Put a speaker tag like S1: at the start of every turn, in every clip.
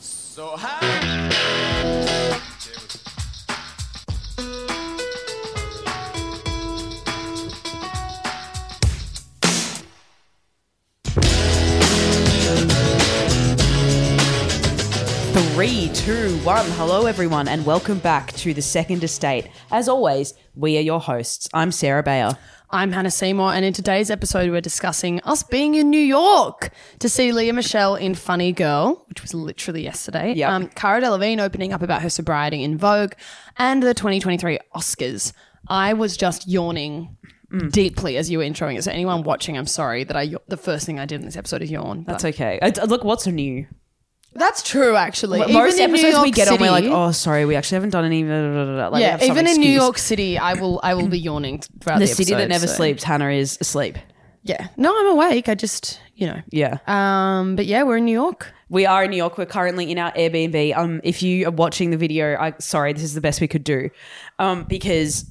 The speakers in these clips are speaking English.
S1: So high.
S2: Three, two, one. Hello, everyone, and welcome back to the Second Estate. As always, we are your hosts. I'm Sarah Bayer.
S3: I'm Hannah Seymour, and in today's episode, we're discussing us being in New York to see Leah Michelle in Funny Girl, which was literally yesterday. Um,
S2: Yep.
S3: Cara Delevingne opening up about her sobriety in Vogue, and the 2023 Oscars. I was just yawning
S2: Mm.
S3: deeply as you were introing it. So anyone watching, I'm sorry that I yaw- the first thing I did in this episode is yawn. but-
S2: That's okay. I, I- look, what's new?
S3: that's true, actually.
S2: But
S3: Even
S2: Most
S3: in New
S2: episodes we
S3: York
S2: get on, we're like,
S3: City-
S2: oh, sorry, we actually haven't done any. blah, blah, blah, blah." Like, we
S3: yeah,
S2: have some
S3: even in New
S2: excuse.
S3: York City, I will I will be yawning throughout
S2: the,
S3: the,
S2: city that
S3: episode,
S2: never
S3: so-
S2: sleeps, Hannah is asleep.
S3: Yeah, no, I'm awake. I just you know.
S2: Yeah,
S3: Um, but yeah, we're in New York.
S2: we are in New York. We're currently in our Airbnb. Um, if you are watching the video, I sorry, this is the best we could do, um, because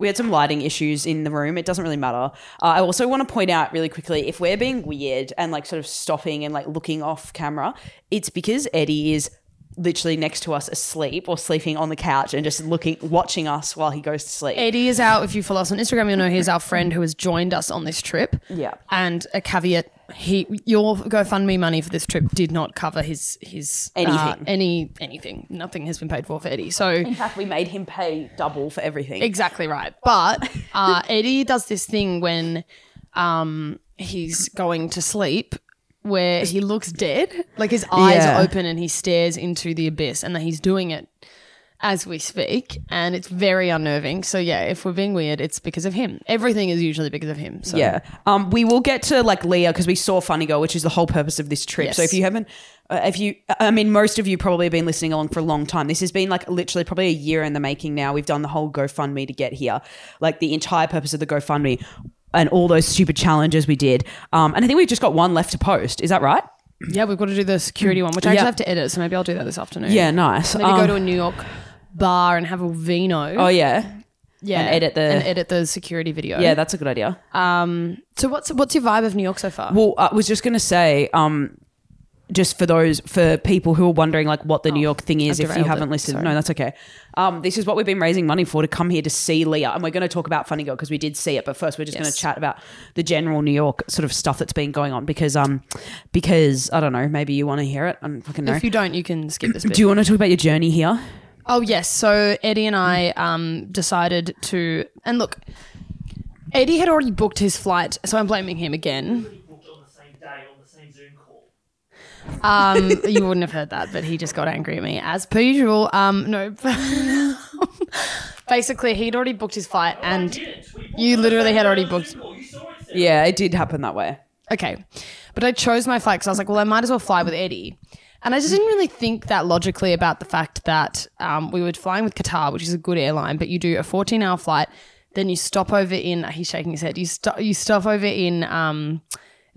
S2: we had some lighting issues in the room. It doesn't really matter. Uh, I also want to point out really quickly if we're being weird and like sort of stopping and like looking off camera, it's because Eddie is literally next to us asleep or sleeping on the couch and just looking watching us while he goes to sleep.
S3: Eddie is out. If you follow us on Instagram, you'll know he's our friend who has joined us on this trip.
S2: Yeah.
S3: And a caveat: he your GoFundMe money for this trip did not cover his his uh,
S2: Anything.
S3: any anything. Nothing has been paid for for Eddie. So
S2: In fact, we made him pay double for everything.
S3: Exactly right. But uh, Eddie does this thing when um, he's going to sleep where he looks dead. Like his eyes
S2: Yeah.
S3: are open and he stares into the abyss and that he's doing it as we speak. And it's very unnerving. So, yeah, if we're being weird, it's because of him. Everything is usually because of him. So,
S2: Yeah. Um, we will get to like Leah because we saw Funny Girl, which is the whole purpose of this trip. So
S3: Yes.
S2: if you haven't, uh, if you, I mean, most of you probably have been listening along for a long time. This has been like literally probably a year in the making now. We've done the whole GoFundMe to get here. Like the entire purpose of the GoFundMe and all those stupid challenges we did. Um, and I think we've just got one left to post. Is that right?
S3: yeah, we've got to do the security one, which I actually
S2: Yeah.
S3: have to edit. So maybe I'll do that this afternoon.
S2: Yeah, nice.
S3: Maybe go
S2: Um,
S3: to a New York bar and have a vino.
S2: oh, yeah.
S3: yeah.
S2: and edit the-
S3: and edit the security video. Um,
S2: Yeah, that's a good idea.
S3: So what's what's your vibe of New York so far?
S2: Well, I was just going to say, um, just for those for people who are wondering, like, what the New York thing is,
S3: Oh, I've
S2: if you
S3: derailed
S2: haven't
S3: it.
S2: listened,
S3: Sorry.
S2: no, that's okay. Um, this is what we've been raising money for to come here to see Leah, and we're going to talk about Funny Girl because we did see it, but first we're just going
S3: Yes.
S2: to chat about the general New York sort of stuff that's been going on because, um, because I don't know, maybe you want to hear it. I don't fucking know.
S3: If you don't, you can skip this bit.
S2: Do you want to talk about your journey here?
S3: oh yes, so Eddie and I um, decided to, and look, Eddie had already booked his flight, so I'm blaming him again.
S4: booked on the same day on the same Zoom call.
S3: Um, you wouldn't have heard that, but he just got angry at me as per usual. Um, no, basically he'd already booked his flight, and you literally had already booked.
S4: You saw it.
S2: Yeah, it did happen that way.
S3: Okay. But I chose my flight because I was like, well, I might as well fly with Eddie. And I just didn't really think that logically about the fact that um, we were flying with Qatar, which is a good airline, but you do a 14 hour flight, then you stop over in, he's shaking his head, you, st- you stop over in um,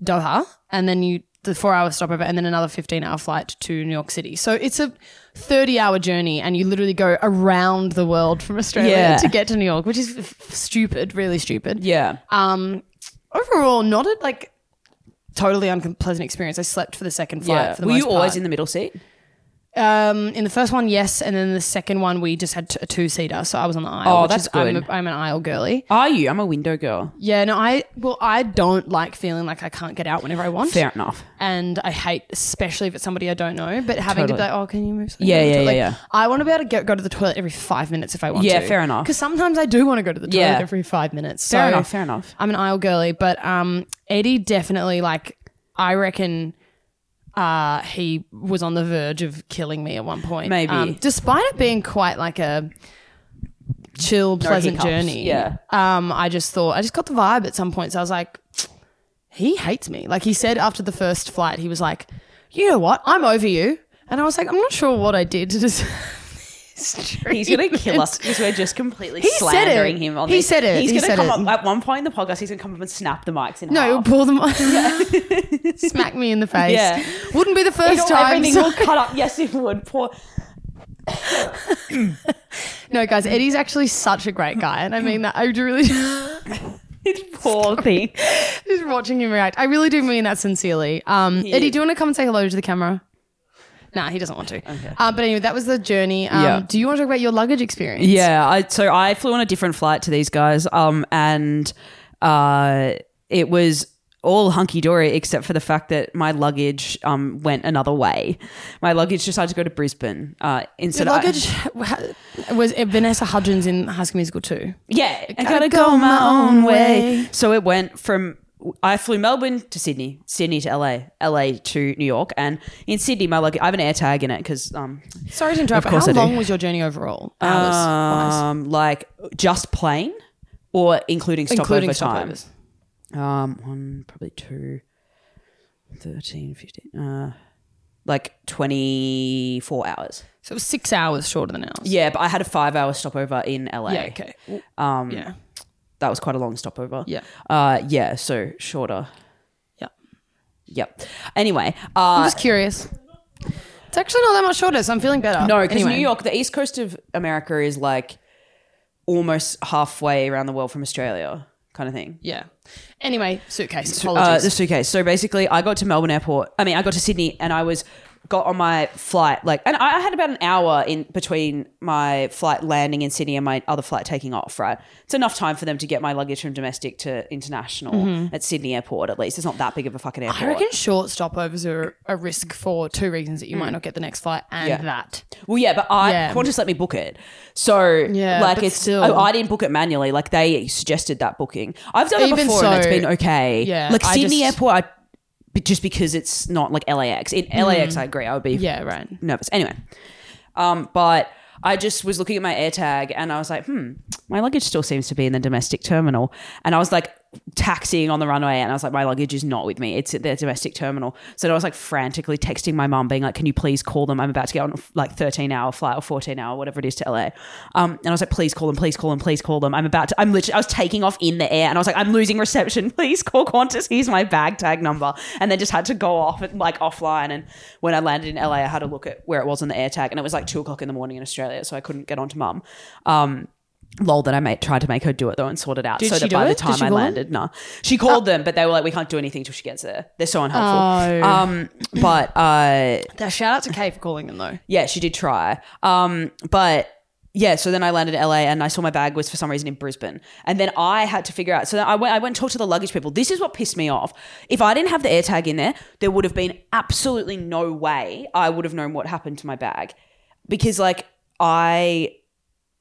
S3: Doha, and then you, the four hour stopover, and then another 15 hour flight to New York City. So it's a 30 hour journey, and you literally go around the world from Australia
S2: Yeah.
S3: to get to New York, which is f- f- stupid, really stupid
S2: Yeah,
S3: Um, overall not a like totally unpleasant experience. I slept for the second flight
S2: yeah.
S3: for the
S2: Were
S3: most
S2: you always
S3: part.
S2: in the middle seat?
S3: um, in the first one, yes, and then the second one we just had t- a two seater, so I was on the aisle.
S2: Oh,
S3: which
S2: that's
S3: is, I'm,
S2: good.
S3: a, I'm an aisle girly.
S2: Are you? I'm a window girl.
S3: Yeah, no, I well, I don't like feeling like I can't get out whenever I want.
S2: Fair enough.
S3: And I hate, especially if it's somebody I don't know, but having to be
S2: Totally.
S3: like, oh, can you move? something
S2: Yeah,
S3: to the
S2: yeah,
S3: toilet?"
S2: yeah,
S3: Like,
S2: yeah.
S3: I want to be able to get, go to the toilet every five minutes if I want
S2: Yeah,
S3: to.
S2: fair enough.
S3: Because sometimes I do want to go to the toilet
S2: Yeah.
S3: every five minutes.
S2: Fair
S3: so
S2: enough, fair enough.
S3: I'm an aisle girly, but um, Eddie definitely like I reckon uh, he was on the verge of killing me at one point.
S2: Maybe.
S3: um, despite it being quite like a chill, pleasant
S2: hiccups,
S3: journey.
S2: yeah.
S3: Um, I just thought I just got the vibe at some point, so I was like, he hates me. Like he said after the first flight, he was like, you know what, I'm over you, and I was like, I'm not sure what I did to deserve. this
S2: He's gonna kill
S3: treatment."
S2: us because we're just completely
S3: He said it.
S2: slandering him. On
S3: He
S2: this.
S3: said it.
S2: He's
S3: He
S2: gonna
S3: said
S2: come
S3: it.
S2: up at one point in the podcast. He's gonna come up and snap the mics in
S3: No,
S2: half.
S3: he'll pull them. Smack me in the face.
S2: Yeah.
S3: Wouldn't be the
S2: It'll-
S3: first time.
S2: everything
S3: so-
S2: will cut up. Yes, it would. Poor.
S3: No, guys, Eddie's actually such a great guy, and I mean that. I do really
S2: Poor thing.
S3: just watching him react. I really do mean that sincerely. Um, Eddie, do you want to come and say hello to the camera? Nah, he doesn't want to. Uh, but anyway, that was the journey. Um,
S2: Yeah.
S3: Do you want to talk about your luggage experience?
S2: Yeah, I so I flew on a different flight to these guys, um, and uh, it was all hunky dory except for the fact that my luggage um went another way. My luggage decided to go to Brisbane uh, instead.
S3: Your
S2: I-
S3: luggage was
S2: eh,
S3: it Vanessa Hudgens in High School Musical too.
S2: yeah, I gotta go my own way. So it went from. I flew Melbourne to Sydney, Sydney to LA, LA to New York, and in Sydney, my luggage. I have an AirTag in it because um,
S3: Sorry to interrupt.
S2: Of
S3: But
S2: course
S3: how
S2: I do.
S3: long was your journey overall? Hours, wise?
S2: um, like just plane or including stopover
S3: including
S2: time.
S3: stopovers.
S2: Um, one, probably two, 13, 15, uh, like 24 hours.
S3: So it was six hours shorter than ours.
S2: Yeah, but I had a five hour stopover in LA.
S3: Yeah. Okay.
S2: Um,
S3: yeah.
S2: That was quite a long stopover.
S3: Yeah.
S2: Uh, yeah, so shorter.
S3: Yeah.
S2: Yep. Anyway,
S3: I'm
S2: uh,
S3: just curious. It's actually not that much shorter, so I'm feeling better.
S2: no, because
S3: Anyway.
S2: New York, the east coast of America is like almost halfway around the world from Australia, kind of thing.
S3: Yeah. Anyway, suitcase.
S2: uh,
S3: Apologies.
S2: the suitcase. So basically, I got to Melbourne Airport. I mean, I got to Sydney, and I was got on my flight like, and I I had about an hour in between my flight landing in Sydney and my other flight taking off. Right, it's enough time for them to get my luggage from domestic to international at Sydney Airport. At least it's not that big of a fucking airport.
S3: Mm-hmm. I reckon short stopovers are a risk for two reasons that you might not get the next flight and
S2: Hmm. Yeah.
S3: that.
S2: Well, yeah, but I
S3: Yeah.
S2: Qantas let me book it, so
S3: Yeah,
S2: like
S3: but
S2: it's oh,
S3: still.
S2: I, I didn't book it manually. Like they suggested that booking. I've done it
S3: Even
S2: before and it's
S3: so,
S2: been okay.
S3: yeah,
S2: like
S3: I
S2: Sydney
S3: just- Mm.
S2: Airport, I, but just because it's not like LAX. In LAX, I agree. I would be
S3: Yeah, right.
S2: nervous. Anyway, um, but I just was looking at my AirTag and I was like, hmm, my luggage still seems to be in the domestic terminal. And I was like taxiing on the runway and I was like, my luggage is not with me. It's at the domestic terminal. So then I was like frantically texting my mum, being like, can you please call them? I'm about to get on a, like 13 hour flight or 14 hour, whatever it is to LA. Um, and I was like, please call them, please call them, please call them. I'm about to, I'm literally, I was taking off in the air and I was like, I'm losing reception. Please call Qantas. Here's my bag tag number. And then just had to go off and like offline. And when I landed in LA, I had a look at where it was on the air tag and it was like two o'clock in the morning in Australia. So I couldn't get on to mum. Um, lol that I made, tried to make her do it though and sort it out
S3: Did
S2: so
S3: she
S2: that
S3: do
S2: by
S3: it?
S2: the
S3: Did
S2: time
S3: she
S2: I
S3: call them?
S2: landed, no. She called them, but they were like, we can't do anything till she gets there. They're so unhelpful.
S3: Oh.
S2: Um, but uh,
S3: Now, shout out to Kay for calling them though.
S2: yeah, she did try. Um, but yeah, so then I landed in LA and I saw my bag was for some reason in Brisbane. And then I had to figure out. So then I went I went and talked to the luggage people. This is what pissed me off. If I didn't have the AirTag in there, there would have been absolutely no way I would have known what happened to my bag. Because like I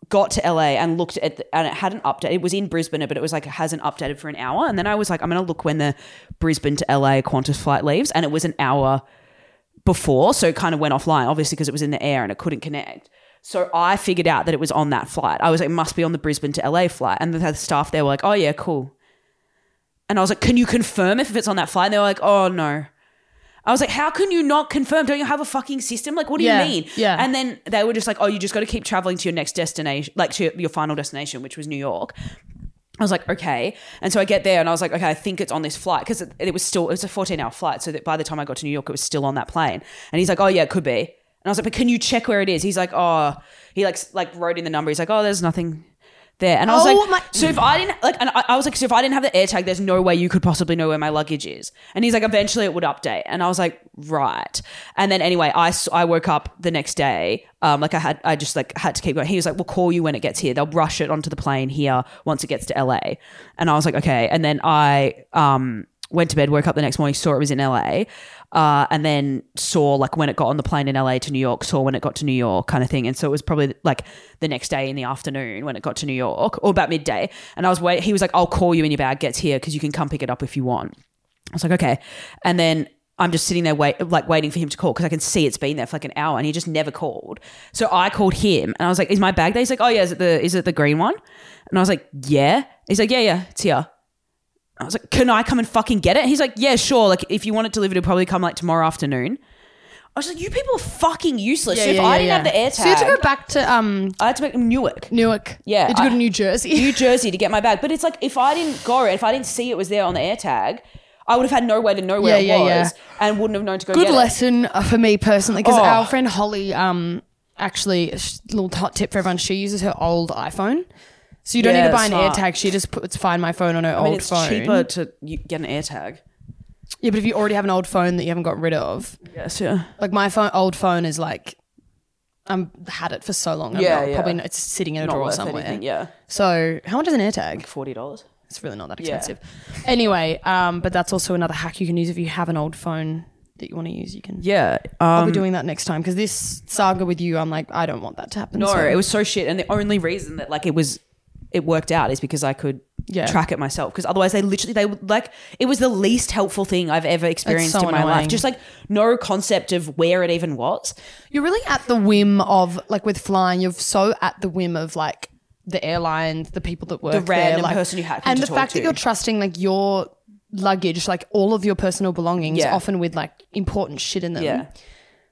S2: got to LA and looked at the, and it hadn't updated. It was in Brisbane, but it was like it hasn't updated for an hour. And then I was like, I'm gonna look when the Brisbane to LA Qantas flight leaves, and it was an hour before, so it kind of went offline, obviously because it was in the air and it couldn't connect. So I figured out that it was on that flight. I was like, it must be on the Brisbane to LA flight. And the staff there were like, oh yeah, cool. And I was like, can you confirm if it's on that flight? And they were like, oh no. I was like, how can you not confirm? Don't you have a fucking system? Like, what do
S3: Yeah,
S2: you mean?
S3: yeah.
S2: And then they were just like, oh, you just got to keep traveling to your next destination, like to your final destination, which was New York. I was like, okay. And so I get there and I was like, okay, I think it's on this flight because it, it was still, it was a 14 hour flight. So that by the time I got to New York, it was still on that plane. And he's like, oh, yeah, it could be. And I was like, but can you check where it is? He's like, oh, he like, s- like wrote in the number. He's like, oh, there's nothing there. And I was
S3: Oh
S2: like,
S3: my-
S2: so if I didn't like, and I, I was like, so if I didn't have the AirTag, there's no way you could possibly know where my luggage is. And he's like, eventually it would update. And I was like, right. And then anyway, I, s- I woke up the next day. Um, like I had, I just like had to keep going. He was like, we'll call you when it gets here. They'll rush it onto the plane here once it gets to LA. And I was like, okay. And then I, um, went to bed, woke up the next morning, saw it was in LA, uh, and then saw like when it got on the plane in LA to New York, saw when it got to New York, kind of thing. And so it was probably like the next day in the afternoon when it got to New York, or about midday. And I was wait. He was like, "I'll call you when your bag gets here because you can come pick it up if you want." I was like, "Okay," and then. I'm just sitting there, wait, like waiting for him to call because I can see it's been there for like an hour, and he just never called. So I called him, and I was like, "Is my bag there?" He's like, "Oh yeah, is it the is it the green one?" And I was like, "Yeah." He's like, "Yeah, yeah, it's here." I was like, "Can I come and fucking get it?" He's like, "Yeah, sure. Like, if you want it delivered, it'll probably come like tomorrow afternoon." I was like, "You people are fucking useless." so if I didn't have the air
S3: so you had to
S2: tag,
S3: go back to um,
S2: I had to make Newark,
S3: Newark.
S2: Yeah,
S3: You had to go
S2: I-
S3: to New Jersey.
S2: New Jersey, to get my bag. But it's like, if I didn't go, if I didn't see it was there on the air tag, I would have had no way to know where
S3: Yeah,
S2: it
S3: yeah,
S2: was
S3: yeah.
S2: and wouldn't have known to go.
S3: Good
S2: get it.
S3: lesson uh, for me personally because
S2: Oh.
S3: our friend Holly um actually sh- little hot tip for everyone she uses her old iPhone. So you don't
S2: Yeah,
S3: need to buy an
S2: smart.
S3: AirTag. She just puts Find My Phone on her
S2: I mean,
S3: old
S2: it's
S3: phone.
S2: cheaper to you- get an air tag.
S3: Yeah, but if you already have an old phone that you haven't got rid of,
S2: Yes, yeah.
S3: like my phone, old phone is like, I'm had it for so long. I'm
S2: Yeah,
S3: not-
S2: yeah.
S3: Probably not, it's siding in a
S2: Not
S3: drawer
S2: worth
S3: somewhere.
S2: anything. Yeah.
S3: So how much is an AirTag?
S2: Forty dollars.
S3: It's really not that
S2: Yeah.
S3: expensive. Anyway, um, but that's also another hack you can use if you have an old phone that you want to use. You can.
S2: Yeah.
S3: I'll
S2: Um,
S3: be doing that next time because this saga with you, I'm like, I don't want that to happen.
S2: no,
S3: so-
S2: it was so shit, and the only reason that like it was, it worked out is because I could.
S3: Yeah.
S2: track it myself because otherwise they literally they would like it was the least helpful thing i've ever experienced
S3: so
S2: in my
S3: annoying.
S2: life just like no concept of where it even was
S3: You're really at the whim of like with flying. You're so at the whim of like the airlines, the people that work, there,
S2: random
S3: like,
S2: person you happen
S3: and
S2: to
S3: the
S2: talk
S3: fact that
S2: to.
S3: you're trusting like your luggage, like all of your personal belongings,
S2: Yeah.
S3: often with like important shit in them.
S2: Yeah.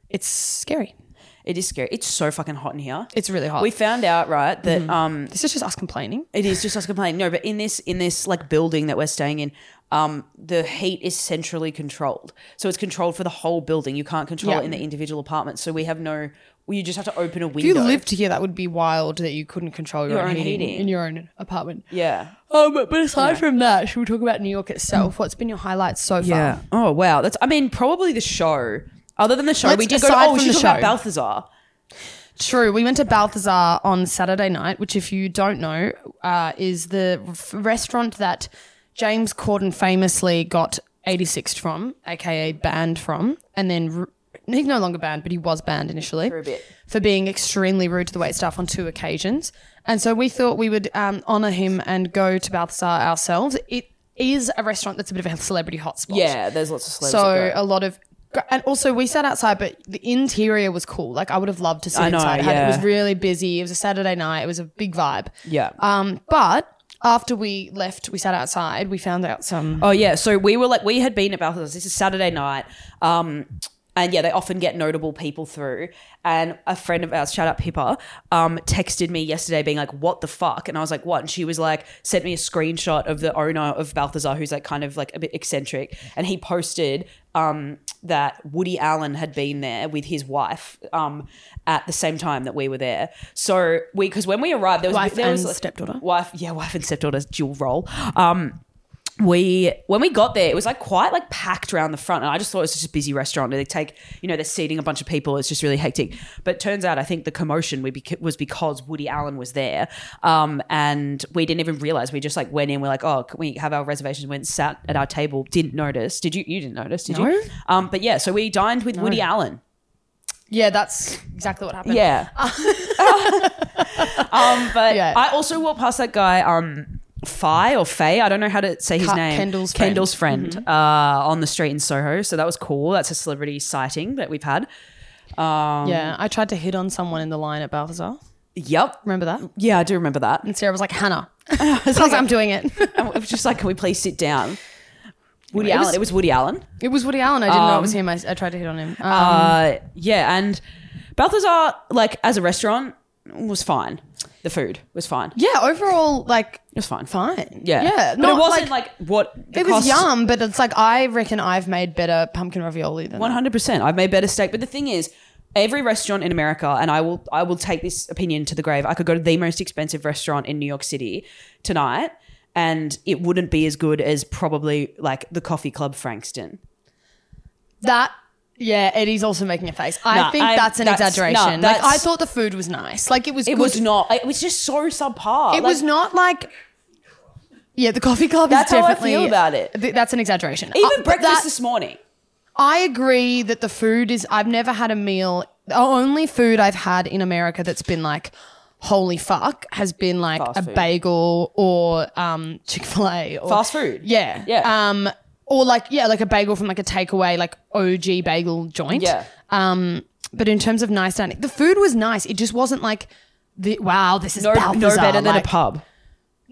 S3: it's scary.
S2: Um, it is scary it's so fucking hot in here
S3: It's really hard.
S2: we found out right that
S3: Mm-hmm.
S2: um
S3: this is just us complaining.
S2: It is just us complaining. No, but in this in this like building that we're staying in, um, the heat is centrally controlled. So it's controlled for the whole building. You can't control
S3: Yeah.
S2: it in the individual apartments. So we have no. well, You just have to open a
S3: If you
S2: window.
S3: lived here, that would be wild that you couldn't control your,
S2: Your own
S3: own, heating,
S2: heating.
S3: in your own apartment.
S2: yeah.
S3: Um, but aside from that, should we talk about New York itself? What's been your highlights so far?
S2: Oh wow. That's. I mean, probably the show. Other than the show,
S3: Let's-
S2: we did go.
S3: aside
S2: Oh, we
S3: from
S2: should
S3: the
S2: talk about
S3: show.
S2: Balthazar.
S3: True. We went to Balthazar on Saturday night, which, if you don't know, uh, is the f- restaurant that James Corden famously got 86ed from, aka banned from, and then. r He's no longer banned, but he was banned initially
S2: For a bit.
S3: for being extremely rude to the waitstaff on two occasions. And so we thought we would um, honour him and go to Balthazar ourselves. It is a restaurant that's a bit of a celebrity hotspot.
S2: Yeah. There's lots of celebs. that
S3: So
S2: go.
S3: a lot of, and also we sat outside, but the interior was cool. Like I would have loved to sit
S2: I know,
S3: inside. It had- It was
S2: yeah.
S3: really busy. It was a Saturday night. It was a big vibe.
S2: Yeah.
S3: Um, but after we left, we sat outside. We found out some.
S2: Oh yeah, so we were like we had been at Balthazar's. This is Saturday night, um, and yeah, they often get notable people through. And a friend of ours, shout out Pippa, um, texted me yesterday being like, "What the fuck?" And I was like, "What?" And she was like, sent me a screenshot of the owner of Balthazar, who's like kind of like a bit eccentric, and he posted um, that Woody Allen had been there with his wife um, at the same time that we were there. So we, because when we arrived, there was
S3: Wife
S2: there was
S3: and
S2: like-
S3: stepdaughter.
S2: wife, yeah, wife and stepdaughter's dual role. Um, we when we got there, it was like quite like packed around the front, and I just thought it was just a busy restaurant. They take you know they're seating a bunch of people. It's just really hectic. But turns out I think the commotion we bec- was because Woody Allen was there, um, and we didn't even realize. We just like went in. We're like, oh, can we have our reservations? Went and sat at our table. Didn't notice. Did you? You didn't notice? Did
S3: No.
S2: you? Um, but yeah, so we dined with Woody Allen.
S3: Yeah, that's exactly what happened.
S2: Yeah. um, but
S3: Yeah.
S2: I also walked past that guy, um, Fi or Faye, I don't know how to say his
S3: Ka-
S2: name.
S3: Kendall's friend. Mm-hmm.
S2: Kendall's friend uh, on the street in Soho. So that was cool. That's a celebrity sighting that we've had.
S3: yeah. I tried to hit on someone in the line at Balthazar.
S2: Yep.
S3: Remember that?
S2: Yeah, I do remember that.
S3: And Sarah was like, Hannah. I was like, I'm doing it.
S2: And it was just like, can we please sit down? Woody
S3: Anyway, it
S2: Allen.
S3: was-
S2: it was Woody Allen.
S3: it was Woody Allen. I didn't know it was him. I, I tried to hit on him.
S2: Um,
S3: Um,
S2: Uh, yeah, and Balthazar, like as a restaurant, was fine. The food was fine. It
S3: yeah, overall, like,
S2: was fine.
S3: fine.
S2: Yeah.
S3: Yeah.
S2: But it wasn't like, what the
S3: It
S2: cost-
S3: was yum, but it's like I reckon I've made better pumpkin ravioli than
S2: One
S3: that.
S2: hundred percent. I've made better steak. But the thing is, every restaurant in America, and I will I will take this opinion to the grave. I could go to the most expensive restaurant in New York City tonight, and it wouldn't be as good as probably like the Coffee Club Frankston.
S3: That yeah, Eddie's also making a face. I
S2: Nah,
S3: think
S2: I-
S3: that's an
S2: that's-
S3: exaggeration.
S2: nah,
S3: like I
S2: that's-
S3: thought the food was nice. Like it was.
S2: It was not. It was just so subpar.
S3: It was not like. Yeah, the coffee club
S2: That's
S3: is
S2: how I
S3: definitely.
S2: feel about it.
S3: th- that's an exaggeration.
S2: Even
S3: Uh, but
S2: breakfast
S3: that-
S2: this morning.
S3: I agree that the food is. I've never had a meal. The only food I've had in America that's been like, holy fuck, has been like
S2: Fast
S3: a
S2: food.
S3: bagel or um, Chick Fil A or
S2: Fast food.
S3: Yeah,
S2: Yeah.
S3: Um, or like yeah, like a bagel from like a takeaway like OG bagel joint.
S2: Yeah.
S3: Um, but in terms of nice dining, the food was nice. It just wasn't like. The, wow, this is
S2: No, no
S3: Balthazar,
S2: better than a
S3: like-
S2: pub.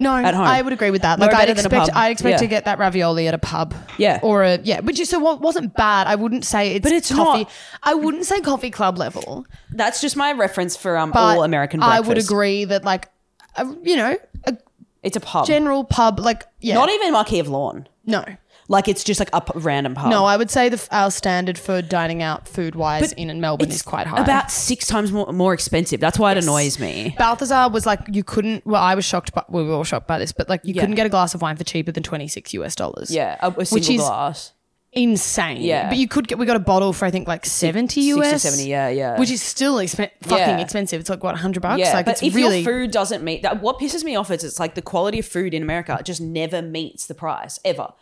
S3: No,
S2: at home.
S3: I would agree with that.
S2: No
S3: Like I
S2: better than a
S3: expect,
S2: pub.
S3: I expect to
S2: Yeah.
S3: get that ravioli at a pub.
S2: Yeah.
S3: or a yeah, which is so what wasn't bad. I wouldn't say it's.
S2: But it's
S3: coffee.
S2: not-
S3: I wouldn't say coffee club level.
S2: That's just my reference for um,
S3: But
S2: all American
S3: I
S2: breakfast.
S3: would agree that like, a, you know, a
S2: It's a pub.
S3: general pub like yeah,
S2: Not e- even Marquee of Lawn.
S3: no,
S2: Like it's just like a p- random pub.
S3: no. I would say the our standard for dining out food wise in, in Melbourne is quite high.
S2: About six times more, more expensive. That's why it annoys me.
S3: Balthazar was like you couldn't. Well, I was shocked, but we were all shocked by this. But like you
S2: Yeah.
S3: couldn't get a glass of wine for cheaper than twenty six US dollars.
S2: Yeah, a, a single
S3: which is
S2: glass.
S3: insane.
S2: Yeah.
S3: But you could get, we got a bottle for I think like 70 US.
S2: 60, 70, yeah, yeah.
S3: Which is still expe- fucking
S2: Yeah.
S3: expensive. It's like, what, 100 bucks?
S2: Yeah,
S3: like,
S2: but
S3: it's
S2: if
S3: really.
S2: your food doesn't meet that, what pisses me off is it's like the quality of food in America just never meets the price ever.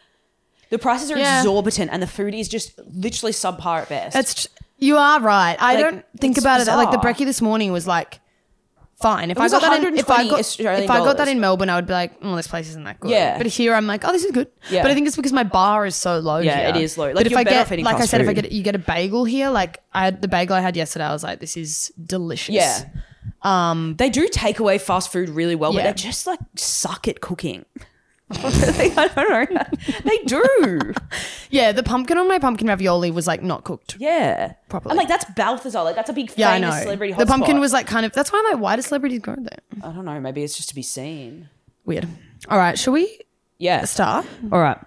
S2: The prices are
S3: Yeah.
S2: exorbitant, and the food is just literally subpar at best.
S3: That's tr- you are right. I
S2: Like,
S3: don't think
S2: it's
S3: about it. Like the
S2: bizarre.
S3: brekkie this morning was like fine. If I
S2: was
S3: got that in, if I
S2: 120
S3: got
S2: Australian
S3: if I got that
S2: dollars.
S3: in Melbourne, I would be like, oh, this place isn't that good.
S2: Yeah.
S3: But here, I'm like, oh, this is good.
S2: Yeah.
S3: But I think it's because my bar is so low.
S2: Yeah,
S3: here.
S2: it is low. Like,
S3: but if
S2: you're
S3: I
S2: better
S3: get,
S2: off eating
S3: like I
S2: fast
S3: said, if I
S2: food.
S3: get you get a bagel here, like I had the bagel I had yesterday, I was like, this is delicious.
S2: yeah. Um, they do take away fast food really well,
S3: Yeah.
S2: but they just like suck at cooking. I don't know. They do.
S3: Yeah. The pumpkin on my pumpkin ravioli was like not cooked.
S2: Yeah.
S3: Properly.
S2: And like that's Balthazar. Like that's a big
S3: Yeah, I
S2: famous
S3: know.
S2: celebrity
S3: The pumpkin
S2: hotspot.
S3: was like kind of. That's why I'm like, why do celebrities go there?
S2: I don't know, maybe it's just to be seen.
S3: Weird. All right, shall we
S2: Yeah.
S3: start?
S2: All right.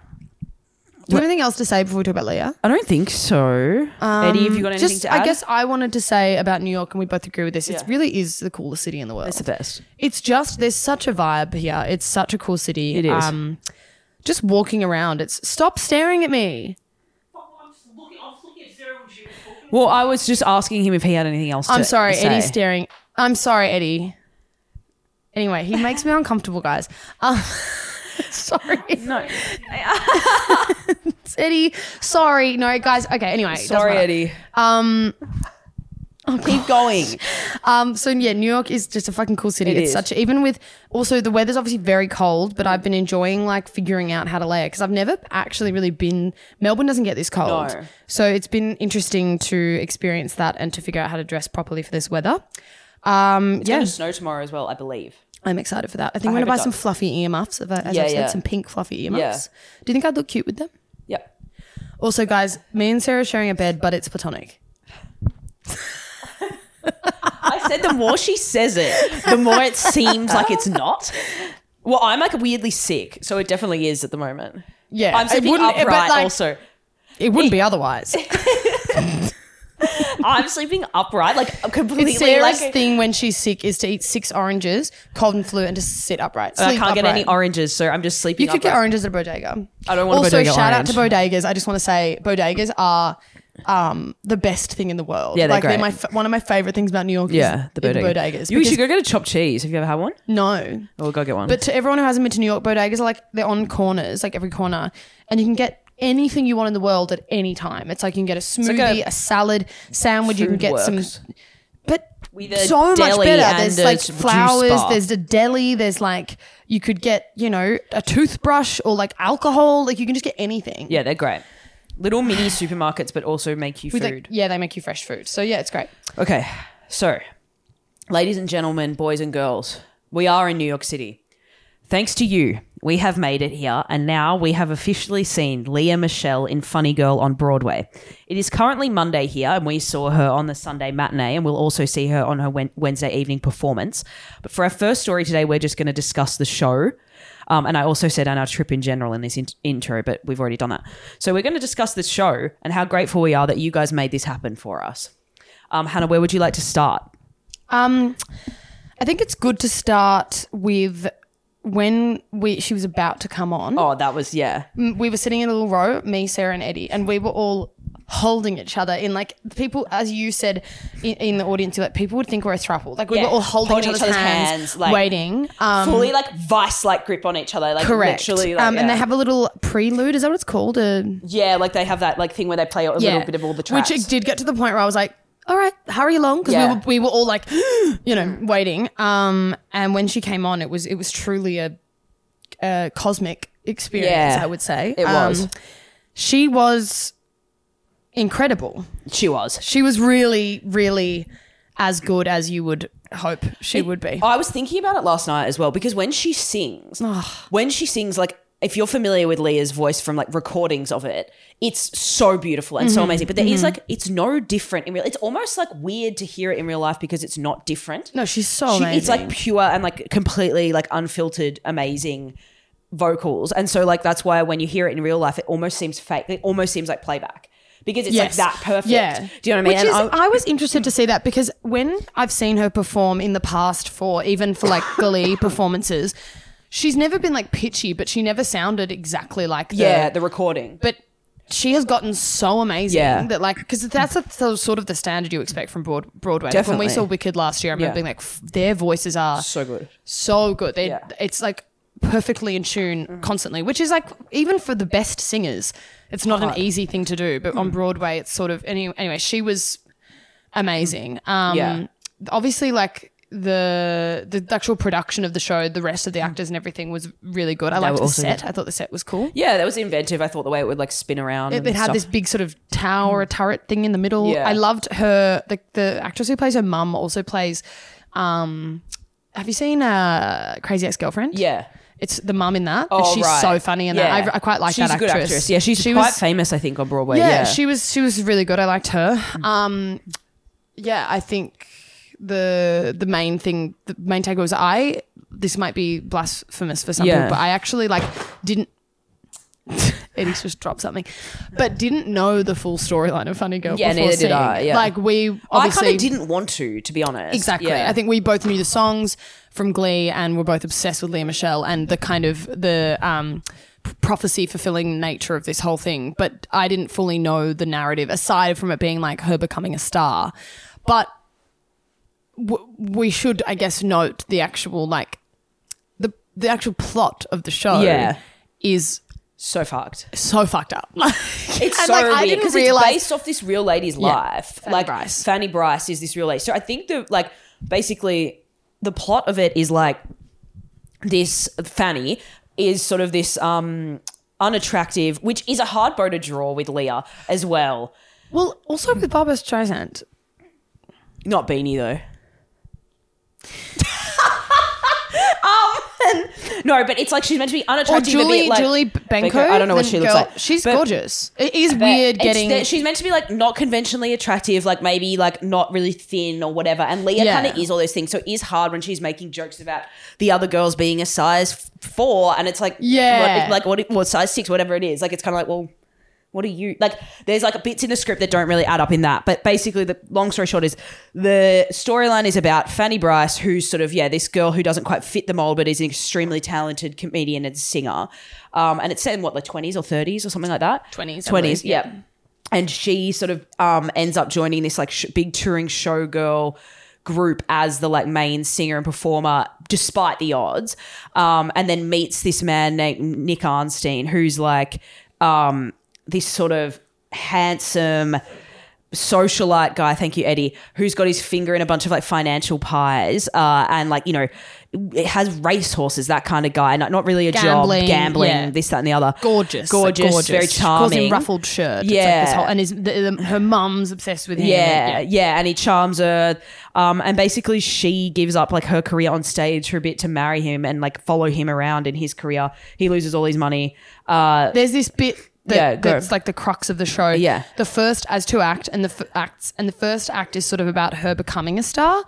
S3: Do you have anything else to say before we talk about Leah?
S2: I don't think so. Eddie, have you got anything
S3: Um, Just,
S2: to add?
S3: I guess I wanted to say about New York, and we both agree with this. It
S2: Yeah.
S3: really is the coolest city in the world.
S2: it's
S3: It's,
S2: the best.
S3: just there's such a vibe here. It's such a cool city. Um,
S2: It is.
S3: just walking around, it's stop staring at me.
S4: Fuck, I'm just looking, I was looking at Sarah when she was talking.
S2: Well, I was just asking him if he had anything else.
S3: I'm
S2: to
S3: sorry,
S2: say.
S3: Eddie's staring. I'm sorry, Eddie. Anyway, he makes me uncomfortable, guys. Um, sorry,
S2: No,
S3: it's Eddie. Sorry, no, guys. Okay, anyway, it doesn't
S2: sorry,
S3: matter.
S2: Eddie.
S3: Um,
S2: Keep going.
S3: Um, so yeah, New York is just a fucking cool city.
S2: It
S3: it's
S2: is.
S3: such even with also the weather's obviously very cold, but I've been enjoying like figuring out how to layer because I've never actually really been. Melbourne doesn't get this cold,
S2: No.
S3: so it's been interesting to experience that and to figure out how to dress properly for this weather. Um,
S2: It's
S3: yeah,
S2: going to snow tomorrow as well, I believe.
S3: I'm excited for that. I think I'm
S2: hope
S3: gonna
S2: it
S3: buy some
S2: does.
S3: fluffy earmuffs. As I- as
S2: Yeah,
S3: I've said,
S2: yeah.
S3: some pink fluffy earmuffs. Do you think I'd look cute with them?
S2: Yep.
S3: Also, guys, me and Sarah are sharing a bed, but it's platonic.
S2: I said the more she says it, the more it seems like it's not. Well, I'm like weirdly sick, so it definitely is at the moment.
S3: Yeah,
S2: I'm
S3: it
S2: sleeping
S3: wouldn't- but,
S2: upright
S3: like-
S2: also.
S3: It wouldn't be otherwise.
S2: I'm sleeping upright, like uh, completely
S3: It's Sarah's
S2: like
S3: thing when she's sick is to eat six oranges, cold and flu, and just sit upright.
S2: I
S3: Sleep
S2: can't get any
S3: upright.
S2: oranges, so I'm just sleeping
S3: You could get
S2: upright.
S3: oranges at a bodega.
S2: I don't want a
S3: also,
S2: bodega
S3: shout out
S2: orange.
S3: to bodegas. I just want to say bodegas are um, the best thing in the world.
S2: Yeah, they're
S3: like
S2: great.
S3: my f- one of my favorite things about New York.
S2: yeah,
S3: is
S2: the bodega.
S3: bodegas.
S2: you should
S3: because-
S2: go get a chopped cheese. Have you ever had one?
S3: no,
S2: Oh, go get one.
S3: but to everyone who hasn't been to New York, bodegas are like they're on corners, like every corner, and you can get anything you want in the world at any time. It's like you can get a
S2: like
S3: smoothie,
S2: a
S3: a, salad, sandwich. You can
S2: Food
S3: get
S2: works.
S3: some, but
S2: With a
S3: so much
S2: deli
S3: better.
S2: and
S3: There's
S2: a
S3: like
S2: juice
S3: flowers.
S2: bar.
S3: There's a deli. There's like you could get you know a toothbrush or like alcohol. Like you can just get anything.
S2: yeah, they're great. Little mini supermarkets, but also make you
S3: With like-
S2: food.
S3: yeah, they make you fresh food. So yeah, it's great.
S2: Okay, so, ladies and gentlemen, boys and girls, we are in New York City. Thanks to you, we have made it here, and now we have officially seen Leah Michelle in Funny Girl on Broadway. It is currently Monday here, and we saw her on the Sunday matinee, and we'll also see her on her Wen- Wednesday evening performance. But for our first story today, we're just going to discuss the show. Um, and I also said on our trip in general in this in- intro, but we've already done that. So we're going to discuss this show and how grateful we are that you guys made this happen for us. Um, Hannah, where would you like to start?
S3: Um, I think it's good to start with when we she was about to come on.
S2: Oh, that was yeah.
S3: m- we were sitting in a little row, me, Sarah, and Eddie, and we were all holding each other in like people, as you said in, in the audience, like people would think we're a throuple. Like we
S2: Yeah.
S3: were all holding, each other's, hands,
S2: like-
S3: waiting. Um,
S2: Fully like vice like grip on each other, like
S3: correct.
S2: literally. Like,
S3: um,
S2: yeah.
S3: And they have a little prelude. Is that what it's called? A
S2: yeah, like they have that like thing where they play a little bit of all the tracks.
S3: Which it did get to the point where I was like, all right, hurry along. Because
S2: Yeah. Mm.
S3: we, were, we were all like, you know, waiting. Um, and when she came on, it was it was truly a, a cosmic experience,
S2: Yeah,
S3: I would say. Um,
S2: it was.
S3: She was incredible.
S2: she was.
S3: She was really, really as good as you would hope she would be.
S2: I was thinking about it last night as well because when she sings, when she sings, like if you're familiar with Leah's voice from like recordings of it, it's so beautiful and so amazing. But there is like it's no different in real. It's almost like weird to hear it in real life because it's not different.
S3: No, she's so
S2: she,
S3: amazing.
S2: it's like pure and like completely like unfiltered amazing vocals and so like that's why when you hear it in real life it almost seems fake it almost seems like playback because it's
S3: Yes.
S2: like that perfect
S3: Yeah.
S2: do you know what i mean
S3: Which
S2: And Mm.
S3: is,
S2: I-
S3: I, was interested to see that because when I've seen her perform in the past for even for like Glee performances, she's never been like pitchy, but she never sounded exactly like the,
S2: yeah the recording
S3: But she has gotten so amazing
S2: Yeah.
S3: that like because that's the- the sort of the standard you expect from broad, Broadway. Like, when
S2: Definitely.
S3: we saw Wicked last year, I remember
S2: Yeah.
S3: being like, "F- their voices are
S2: So good.
S3: so good. They
S2: Yeah. Mm.
S3: it's like perfectly in tune constantly, which is like even for the best singers, it's not an easy thing to do. But on
S2: Mm.
S3: Broadway, it's sort of any, anyway. She was amazing. Um,
S2: Mm. Yeah.
S3: obviously, like the the actual production of the show, the rest of the actors and everything was really good. I
S2: Mm.
S3: liked
S2: were
S3: the
S2: also
S3: set. I thought the set was cool.
S2: Yeah, that was inventive. I thought the way it would like spin around.
S3: It,
S2: and
S3: it had
S2: stuff. Mm.
S3: this big sort of tower turret thing in the middle.
S2: Yeah.
S3: I loved her. The, the actress who plays her mum also plays. Um, have you seen uh, Crazy Ex Girlfriend?
S2: Yeah.
S3: It's the mum in that. and
S2: Oh,
S3: she's
S2: right.
S3: so funny in
S2: Yeah.
S3: that. I, I quite like
S2: she's
S3: that
S2: a good
S3: actress.
S2: Yeah, she's
S3: she
S2: quite
S3: was,
S2: famous, I think, on Broadway.
S3: yeah,
S2: Yeah, Mm.
S3: she was she was really good. I liked her. Um, yeah, I think the the main thing, the main takeaway was I. This might be blasphemous for some
S2: Yeah.
S3: people, but I actually like didn't. Eddie's just dropped something, but didn't know the full storyline of Funny Girl.
S2: Yeah,
S3: before
S2: neither did
S3: seeing
S2: I,
S3: it.
S2: yeah.
S3: Like we
S2: I
S3: obviously
S2: kind of didn't want to, to be honest.
S3: Exactly.
S2: Yeah.
S3: I think we both knew the songs from Glee and were both obsessed with Leah Michelle and the kind of the um, prophecy fulfilling nature of this whole thing. But I didn't fully know the narrative aside from it being like her becoming a star. But w- we should, I guess, note the actual like the the actual plot of the show.
S2: Yeah.
S3: Is
S2: so fucked.
S3: so fucked up.
S2: It's
S3: And,
S2: so
S3: like, I
S2: weird
S3: didn't
S2: because
S3: realize-
S2: it's based off this real lady's life.
S3: Fanny
S2: like
S3: Bryce.
S2: Fanny Bryce is this real lady. So I think the like basically the plot of it is like this Fanny is sort of this um unattractive, which is a hard bow to draw with Leah as well.
S3: well, also with Barbara Streisand,
S2: Not Beanie though. um, no, but it's like she's meant to be
S3: or
S2: unattractive. and be,
S3: Julie
S2: like,
S3: Julie Benko.
S2: I don't know what
S3: the
S2: she looks
S3: girl-
S2: like.
S3: She's
S2: But-
S3: gorgeous. It is
S2: But
S3: weird
S2: it's
S3: getting.
S2: that she's meant to be like not conventionally attractive, like maybe like not really thin or whatever. And Leah
S3: Yeah.
S2: kind of is all those things, so it is hard when she's making jokes about the other girls being a size f- four, and it's like
S3: Yeah.
S2: what, like what, what size six, whatever it is. Like it's kind of like well. What are you like? There's like bits in the script that don't really add up in that, but basically, the long story short is the storyline is about Fanny Bryce, who's sort of yeah, this girl who doesn't quite fit the mold, but is an extremely talented comedian and singer, um, and it's set in what like 20s or 30s or something like that.
S3: 20s, I
S2: twenties,
S3: believe, yeah.
S2: yeah. And she sort of um, ends up joining this like sh- big touring showgirl group as the like main singer and performer, despite the odds. Um, and then meets this man named Nick Arnstein, who's like um, this sort of handsome socialite guy, thank you, Eddie, who's got his finger in a bunch of like financial pies uh, and like, you know, has race horses, that kind of guy. Not, not really a
S3: Gambling,
S2: job, gambling,
S3: yeah.
S2: this, that, and the other.
S3: gorgeous,
S2: Gorgeous,
S3: like,
S2: very
S3: She calls him
S2: charming.
S3: ruffled shirt. Yeah,
S2: Yeah.
S3: this whole, and his the, the, her mum's obsessed with him.
S2: Yeah, yeah, and he charms her, um, and basically she gives up like her career on stage for a bit to marry him and like follow him around in his career. He loses all his money. Uh,
S3: There's this bit that,
S2: Yeah, go.
S3: that's like the crux of the show.
S2: Yeah.
S3: The first as two act and the f- acts and the first act is sort of about her becoming a star,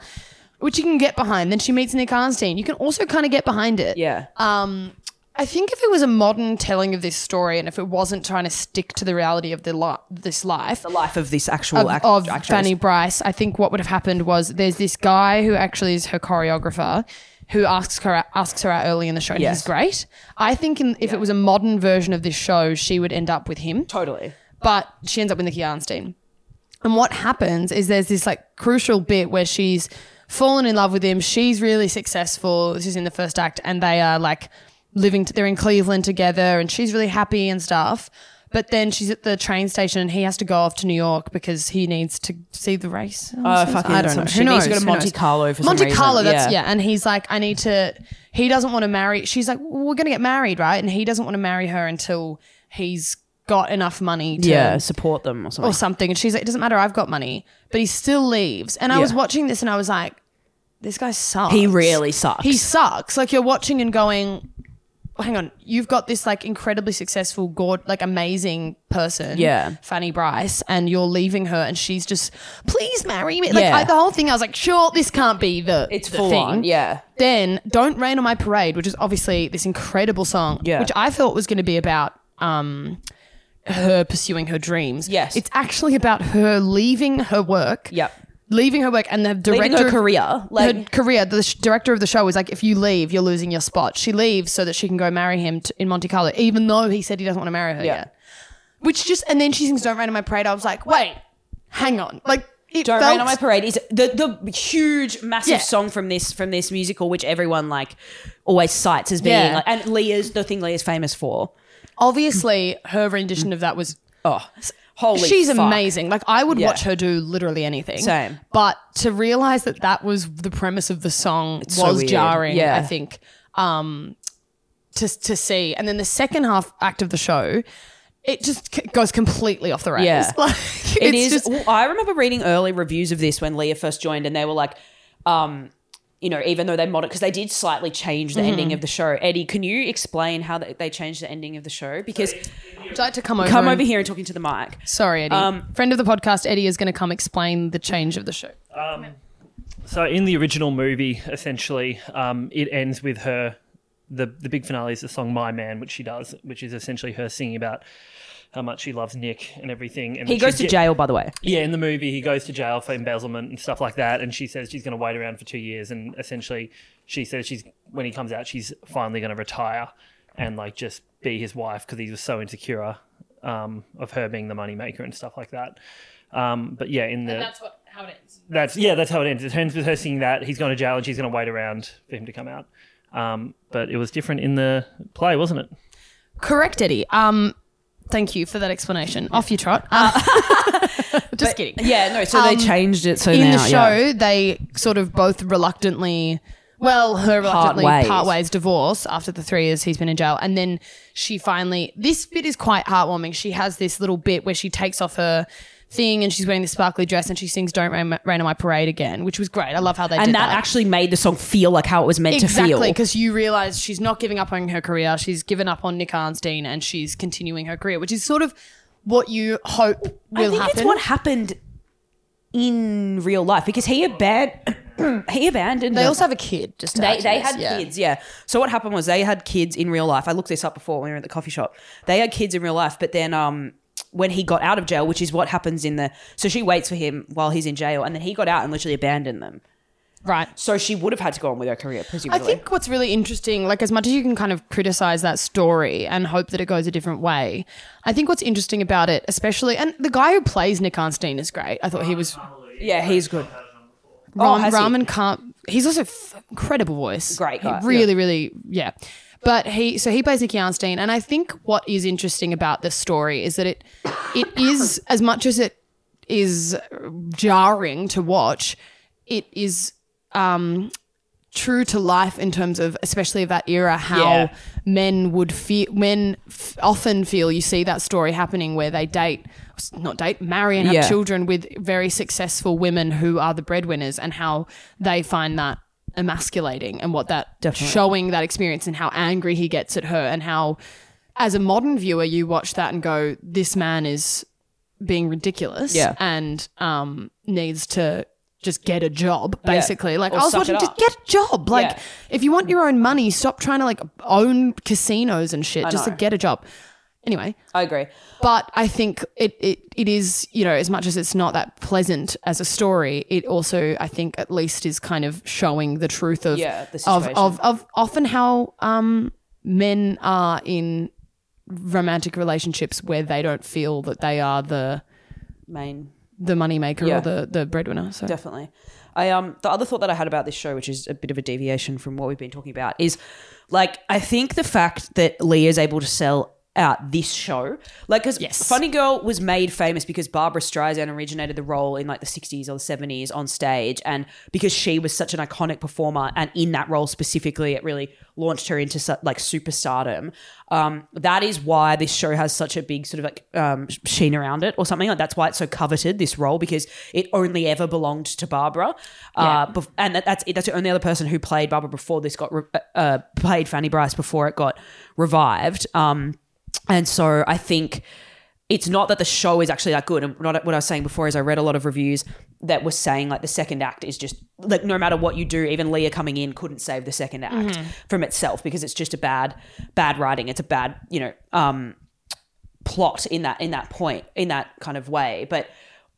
S3: which you can get behind. Then she meets Nick Arnstein. You can also kind of get behind it.
S2: yeah,
S3: Um, I think if it was a modern telling of this story and if it wasn't trying to stick to the reality of the li- this life,
S2: the life of this actual
S3: of,
S2: act-
S3: of
S2: actress.
S3: Fanny Bryce, I think what would have happened was there's this guy who actually is her choreographer who asks her out, asks her out early in the show, and
S2: Yes.
S3: he's great. I think in, if it was a modern version of this show, she would end up with him,
S2: Totally.
S3: but she ends up with Nicky Arnstein. And what happens is there's this like crucial bit where she's fallen in love with him. She's really successful. This is in the first act, and they are like living. they're in Cleveland together, and she's really happy and stuff. But then she's at the train station, and he has to go off to New York because he needs to see the race. Oh,
S2: fucking
S3: I don't
S2: some
S3: know.
S2: shit.
S3: Who
S2: He's
S3: knows?
S2: got a
S3: Who
S2: Monte
S3: knows?
S2: Carlo for some
S3: Monte
S2: reason.
S3: Carlo. That's
S2: Yeah.
S3: yeah. And he's like, I need to. He doesn't want to marry. She's like, well, we're gonna get married, right? And he doesn't want to marry her until he's got enough money to Oh,
S2: Yeah, support them or something.
S3: or something. And she's like, it doesn't matter, I've got money. But he still leaves. And I was
S2: Yeah.
S3: watching this and I was like, this guy sucks.
S2: he really sucks.
S3: He sucks. Like you're watching and going, hang on, you've got this like incredibly successful, gord like amazing person.
S2: Yeah.
S3: Fanny Bryce, and you're leaving her and she's just, please marry me. Like
S2: Yeah.
S3: I, the whole thing, I was like, sure, this can't be the
S2: it's
S3: the
S2: full
S3: thing
S2: on. Yeah,
S3: then Don't Rain on My Parade, which is obviously this incredible song,
S2: Yeah.
S3: which I thought was going to be about um, her pursuing her dreams.
S2: Yes.
S3: It's actually about her leaving her work.
S2: Yep.
S3: Leaving her work and the director
S2: leaving her
S3: of-
S2: career. Like
S3: her career, the sh- director of the show was like, if you leave, you're losing your spot. She leaves so that she can go marry him t- in Monte Carlo, even though he said he doesn't want to marry her
S2: Yeah.
S3: yet. Which just and then she sings "Don't Rain on My Parade." I was like, wait, hang on, like it
S2: Don't
S3: felt,
S2: Rain on My Parade is the the huge massive
S3: Yeah.
S2: song from this from this musical, which everyone like always cites as being
S3: Yeah.
S2: like, and Leah's the thing Leah's famous for.
S3: Obviously, her rendition of that was
S2: Oh, s- holy!
S3: she's
S2: fuck.
S3: amazing. Like I would
S2: Yeah.
S3: watch her do literally anything.
S2: Same.
S3: But to realize that that was the premise of the song
S2: so
S3: was
S2: weird.
S3: jarring.
S2: Yeah.
S3: I think. Um, to to see, and then the second half act of the show, it just c- goes completely off the rails.
S2: Yeah.
S3: Like it's
S2: It is.
S3: just
S2: well, I remember reading early reviews of this when Leah first joined, and they were like, um, you know, even though they mod because they did slightly change the ending of the show. Eddie, can you explain how they, they changed the ending of the show? Because
S3: Would you like to come over.
S2: come
S3: and-
S2: over here and talking to the mic.
S3: Sorry, Eddie.
S2: Um,
S3: Friend of the podcast, Eddie is going to come explain the change of the show.
S1: So in the original movie, essentially, um, it ends with her. The, the big finale is the song "My Man," which she does, which is essentially her singing about how much she loves Nick and everything. And
S2: He
S1: that
S2: goes
S1: she
S2: to
S1: get-
S2: jail, by the way.
S1: Yeah, in the movie, he goes to jail for embezzlement and stuff like that, and she says she's going to wait around for two years, and essentially, she says she's when he comes out, she's finally going to retire and like just be his wife because he was so insecure um, of her being the moneymaker and stuff like that. Um, but yeah, in the
S3: what how it ends.
S1: that's yeah, that's how it ends. It ends with her singing that he's gone to jail and she's going to wait around for him to come out. Um, but it was different in the play, wasn't it?
S3: Correct, Eddie. Um, thank you for that explanation. Off you trot. Uh, just kidding.
S2: Yeah, no. So they changed it. So
S3: Um, in
S2: now,
S3: the show, they sort of both reluctantly, well, her reluctantly
S2: ways.
S3: part ways. divorce after the three years he's been in jail, and then she finally. This bit is quite heartwarming. She has this little bit where she takes off her thing and she's wearing this sparkly dress and she sings "Don't Rain, Rain on My Parade" again, which was great. I love how they
S2: and
S3: did
S2: that,
S3: that
S2: actually made the song feel like how it was meant to
S3: Exactly,
S2: feel.
S3: because you realize she's not giving up on her career. She's given up on Nick Arnstein and she's continuing her career, which is sort of what you hope will
S2: I think
S3: happen.
S2: it's what happened in real life because he abandoned. he abandoned.
S3: they
S2: her.
S3: also have a kid. Just to add
S2: They,
S3: to
S2: they
S3: this,
S2: had
S3: yeah.
S2: kids, yeah. So what happened was they had kids in real life. I looked this up before when we were at the coffee shop. They had kids in real life, but then um, when he got out of jail, which is what happens in the so she waits for him while he's in jail, and then he got out and literally abandoned them.
S3: right?
S2: So she would have had to go on with her career,
S3: I
S2: presumably.
S3: think what's really interesting, like as much as you can kind of criticize that story and hope that it goes a different way, I think what's interesting about it, especially, and the guy who plays Nick Arnstein is great. I thought he was
S2: yeah, he's good.
S3: Ram,
S2: Oh, has he?
S3: Raman can't. He's also f- incredible voice.
S2: Great guy,
S3: He really, really, yeah. But he, so he plays Nicky Arnstein, and I think what is interesting about this story is that it, it is as much as it is jarring to watch, it is um, true to life in terms of, especially of that era, how
S2: Yeah.
S3: men would feel, men f- often feel. You see that story happening where they date, not date, marry and have
S2: Yeah.
S3: children children with very successful women who are the breadwinners and how they find that emasculating and what that showing that experience and how angry he gets at her and how as a modern viewer you watch that and go this man is being ridiculous
S2: Yeah.
S3: and um needs to just get a job basically like "Oh,
S2: Or
S3: i was
S2: suck
S3: watching
S2: it
S3: just
S2: up.
S3: get a job like
S2: Yeah.
S3: if you want your own money stop trying to like own casinos and shit just to
S2: know.
S3: get a job anyway
S2: I agree.
S3: but I think it, it it is you know as much as it's not that pleasant as a story, it also I think at least is kind of showing the truth of
S2: Yeah, the
S3: of,
S2: situation.
S3: of of often how um men are in romantic relationships where they don't feel that they are the
S2: Main
S3: the moneymaker
S2: Yeah.
S3: or the the breadwinner. So
S2: Definitely. I um the other thought that I had about this show, which is a bit of a deviation from what we've been talking about, is like I think the fact that Lee is able to sell out this show, like because Funny Girl was made famous because Barbara Streisand originated the role in like the '60s or the '70s on stage, and because she was such an iconic performer, and in that role specifically, it really launched her into su- like superstardom. Um, that is why this show has such a big sort of like um, sh- sheen around it or something. Like that's why it's so coveted this role because it only ever belonged to Barbara, uh, bef- and that, that's it. That's the only other person who played Barbara before this got re- uh, played Fanny Bryce before it got revived. Um, and so I think it's not that the show is actually that good. And not what I was saying before is I read a lot of reviews that were saying like the second act is just like no matter what you do, even Leah coming in couldn't save the second act from itself because it's just a bad, bad writing. It's a bad, you know, um, plot in that in that point in that kind of way. But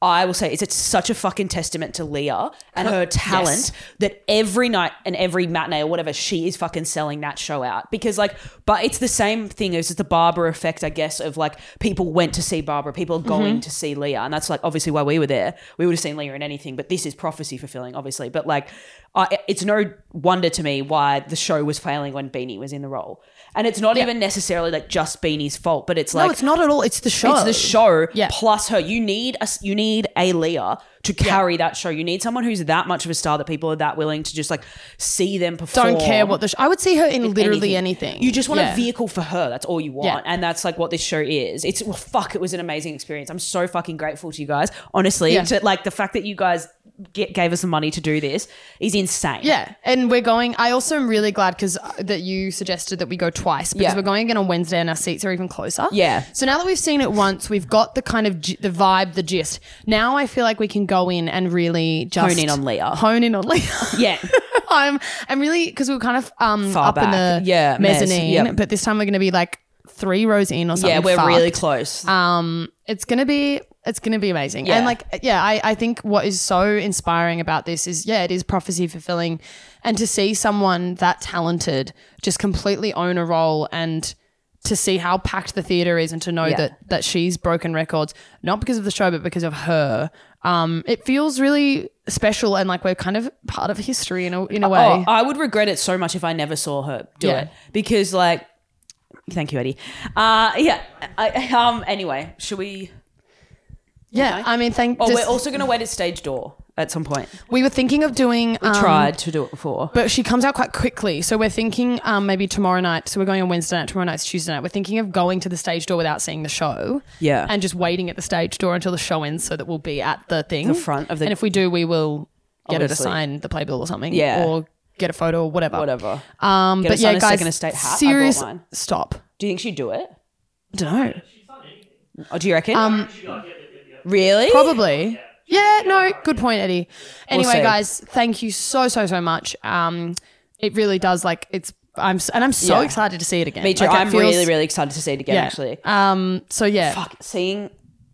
S2: I will say is it's such a fucking testament to Leah and her talent that every night and every matinee or whatever, she is fucking selling that show out. Because like, but it's the same thing as the Barbara effect, I guess, of like people went to see Barbara, people are
S3: Mm-hmm.
S2: going to see Leah. And that's like obviously why we were there. We would have seen Leah in anything, but this is prophecy fulfilling, obviously. But like I, it's no wonder to me why the show was failing when Beanie was in the role. And it's not even necessarily like just Beanie's fault, but it's like
S3: no, it's not at all. It's the show.
S2: it's the show
S3: Yeah.
S2: plus her. You need a you need a Leah to carry that show. You need someone who's that much of a star that people are that willing to just like see them perform.
S3: Don't care what the. Sh- I would see her in literally anything.
S2: You just want
S3: Yeah.
S2: a vehicle for her. That's all you want,
S3: Yeah.
S2: and that's like what this show is. It's well, fuck. It was an amazing experience. I'm so fucking grateful to you guys. Honestly,
S3: Yeah.
S2: to, like the fact that you guys get, gave us the money to do this is insane.
S3: Yeah, and we're going. I also am really glad because that you suggested that we go twice because
S2: Yeah.
S3: we're going again on Wednesday and our seats are even closer.
S2: Yeah.
S3: So now that we've seen it once, we've got the kind of g- the vibe, the gist. Now I feel like we can go in and really just
S2: Hone in on Leah.
S3: Hone in on Leah.
S2: yeah.
S3: I'm I'm really because we were kind of um
S2: Far
S3: up in the
S2: back. Yeah, mez,
S3: mezzanine,
S2: yep.
S3: but this time we're going to be like three rows in or something.
S2: Yeah, we're
S3: fucked.
S2: really close.
S3: um it's gonna be it's gonna be amazing
S2: Yeah.
S3: and like yeah I, I think what is so inspiring about this is yeah it is prophecy fulfilling and to see someone that talented just completely own a role and to see how packed the theater is and to know
S2: Yeah.
S3: that that she's broken records not because of the show but because of her um it feels really special and like we're kind of part of history in a, in a way
S2: Oh, I would regret it so much if I never saw her do
S3: Yeah.
S2: it because, like, thank you, Eddie. Uh, yeah. I, um. Anyway, should we?
S3: yeah i mean thank
S2: Oh,
S3: just-
S2: we're also going to wait at stage door at some point.
S3: we were thinking of doing um,
S2: Tried to do it before.
S3: But she comes out quite quickly. So we're thinking um, maybe tomorrow night. So we're going on Wednesday night. Tomorrow night's Tuesday night. We're thinking of going to the stage door without seeing the show.
S2: Yeah.
S3: And just waiting at the stage door until the show ends so that we'll be at the thing.
S2: The front of the-
S3: And if we do, we will get her to
S2: Obviously.
S3: sign the playbill or something.
S2: Yeah.
S3: Or get a photo or whatever.
S2: Whatever.
S3: Um,
S2: Get
S3: but
S2: us
S3: yeah,
S2: on a
S3: guys.
S2: second estate hat. I bought
S3: Serious.
S2: mine.
S3: Stop.
S2: Do you think she'd do it?
S3: I don't know.
S2: Or do you reckon? Um. Really?
S3: Probably. Yeah, no, good point, Eddie. Anyway,
S2: see.
S3: guys, thank you so, so, so much. Um, it really does like it's I'm s- and I'm so
S2: Yeah.
S3: excited to see it again.
S2: Me too.
S3: Like, it
S2: I'm
S3: feels-
S2: really, really excited to see it again.
S3: yeah.
S2: Actually,
S3: Um, so yeah.
S2: Fuck, seeing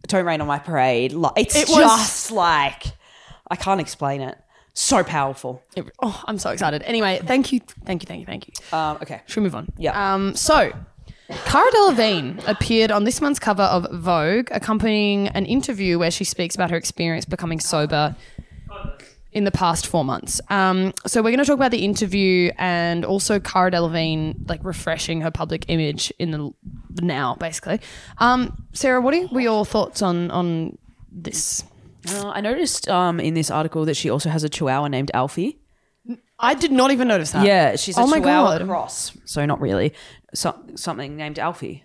S2: "Don't Rain on My Parade." Like, it's
S3: It was-
S2: just like I can't explain it. So powerful.
S3: It- oh, I'm so excited. Anyway, thank you, thank you, thank you, thank you.
S2: Um. Okay.
S3: Should we move on?
S2: Yeah.
S3: Um, so, Cara Delevingne appeared on this month's cover of Vogue, accompanying an interview where she speaks about her experience becoming sober in the past four months. Um, so we're going to talk about the interview and also Cara Delevingne like refreshing her public image in the now, basically. Um, Sarah, what are- were your thoughts on on this?
S2: Uh, I noticed um, in this article that she also has a chihuahua named Alfie.
S3: I did not even notice that.
S2: Yeah, she's a
S3: Oh my
S2: chihuahua
S3: God.
S2: cross. So not really. So, something named Alfie.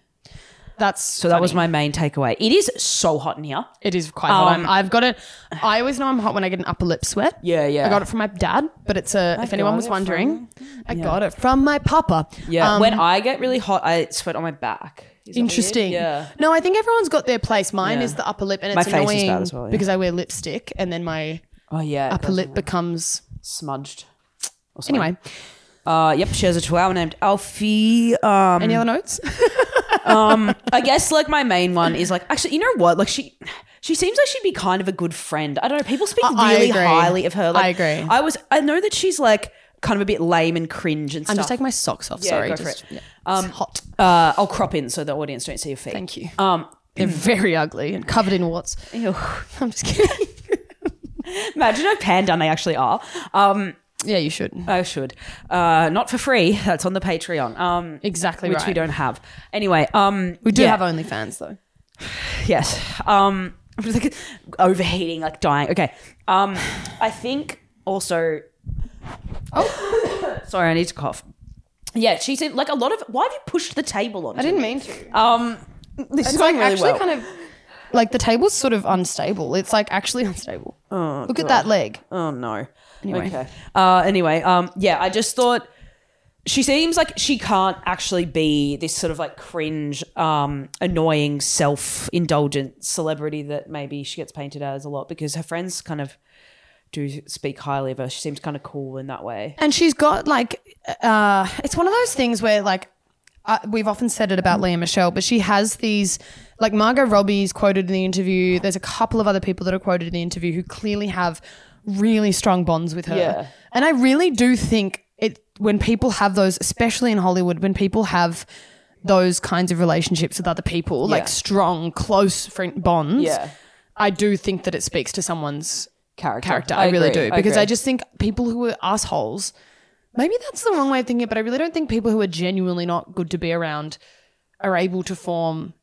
S3: that's
S2: So that was my main takeaway. It is so hot in here.
S3: It is quite hot.
S2: Um,
S3: I'm- I've got it. I always know I'm hot when I get an upper lip sweat.
S2: Yeah, yeah.
S3: I got it from my dad, but it's a. if anyone
S2: got
S3: was
S2: it
S3: wondering, I got it from my papa.
S2: Yeah.
S3: Um,
S2: when I get really hot, I sweat on my back. Is that
S3: interesting.
S2: weird? Yeah.
S3: No, I think everyone's got their place. Mine
S2: Yeah.
S3: is the upper lip, and
S2: My
S3: it's
S2: face is bad
S3: annoying
S2: as well, yeah.
S3: because I wear lipstick, and then my
S2: Oh yeah. it
S3: upper
S2: goes
S3: lip
S2: on.
S3: becomes.
S2: smudged. Or something.
S3: Anyway,
S2: Uh, yep. She has a chihuahua named Alfie. Um,
S3: any other notes?
S2: I guess like my main one is like actually, you know what? Like she she seems like she'd be kind of a good friend. I don't know. People speak
S3: I- I
S2: really
S3: agree.
S2: highly of her. Like,
S3: I agree.
S2: I was I know that she's like kind of a bit lame and cringe and
S3: I'm
S2: stuff.
S3: just taking my socks off.
S2: Yeah,
S3: Sorry,
S2: go for
S3: just-
S2: it.
S3: yeah,
S2: Um,
S3: it's hot.
S2: uh, I'll crop in so the audience don't see your feet.
S3: Thank you.
S2: Um,
S3: They're very ugly and covered in warts.
S2: ew.
S3: I'm just kidding.
S2: Imagine how panned down they actually are. Um,
S3: yeah, you should.
S2: I should. Uh, not for free. That's on the Patreon. Um,
S3: Exactly
S2: which
S3: right.
S2: we don't have. Anyway, um,
S3: We do
S2: yeah.
S3: have OnlyFans though.
S2: Yes. Um, I'm just like overheating, like dying. Okay. Um, I think also. Oh, sorry. I need to cough. Yeah, she said like a lot of. Why have you pushed the table on?
S3: I didn't mean to.
S2: Um, this is going
S3: like
S2: really
S3: actually
S2: well.
S3: kind of like the table's sort of unstable. It's like actually unstable. Look at that leg.
S2: oh no.
S3: Anyway.
S2: Okay. Uh, anyway. Um, yeah. I just thought she seems like she can't actually be this sort of like cringe, um, annoying, self-indulgent celebrity that maybe she gets painted as a lot because her friends kind of do speak highly of her. She seems kind of cool in that way.
S3: And she's got like uh it's one of those things where like uh, we've often said it about Leah Michelle, but she has these, like Margot Robbie's quoted in the interview. There's a couple of other people that are quoted in the interview who clearly have really strong bonds with her.
S2: Yeah.
S3: And I really do think it when people have those, especially in Hollywood, when people have those kinds of relationships with other people,
S2: Yeah.
S3: like strong, close friend bonds.
S2: Yeah.
S3: I do think that it speaks to someone's
S2: Character.
S3: character. I, really
S2: agree.
S3: do because I,
S2: agree.
S3: just think people who are assholes. Maybe that's the wrong way of thinking it, but I really don't think people who are genuinely not good to be around are able to form.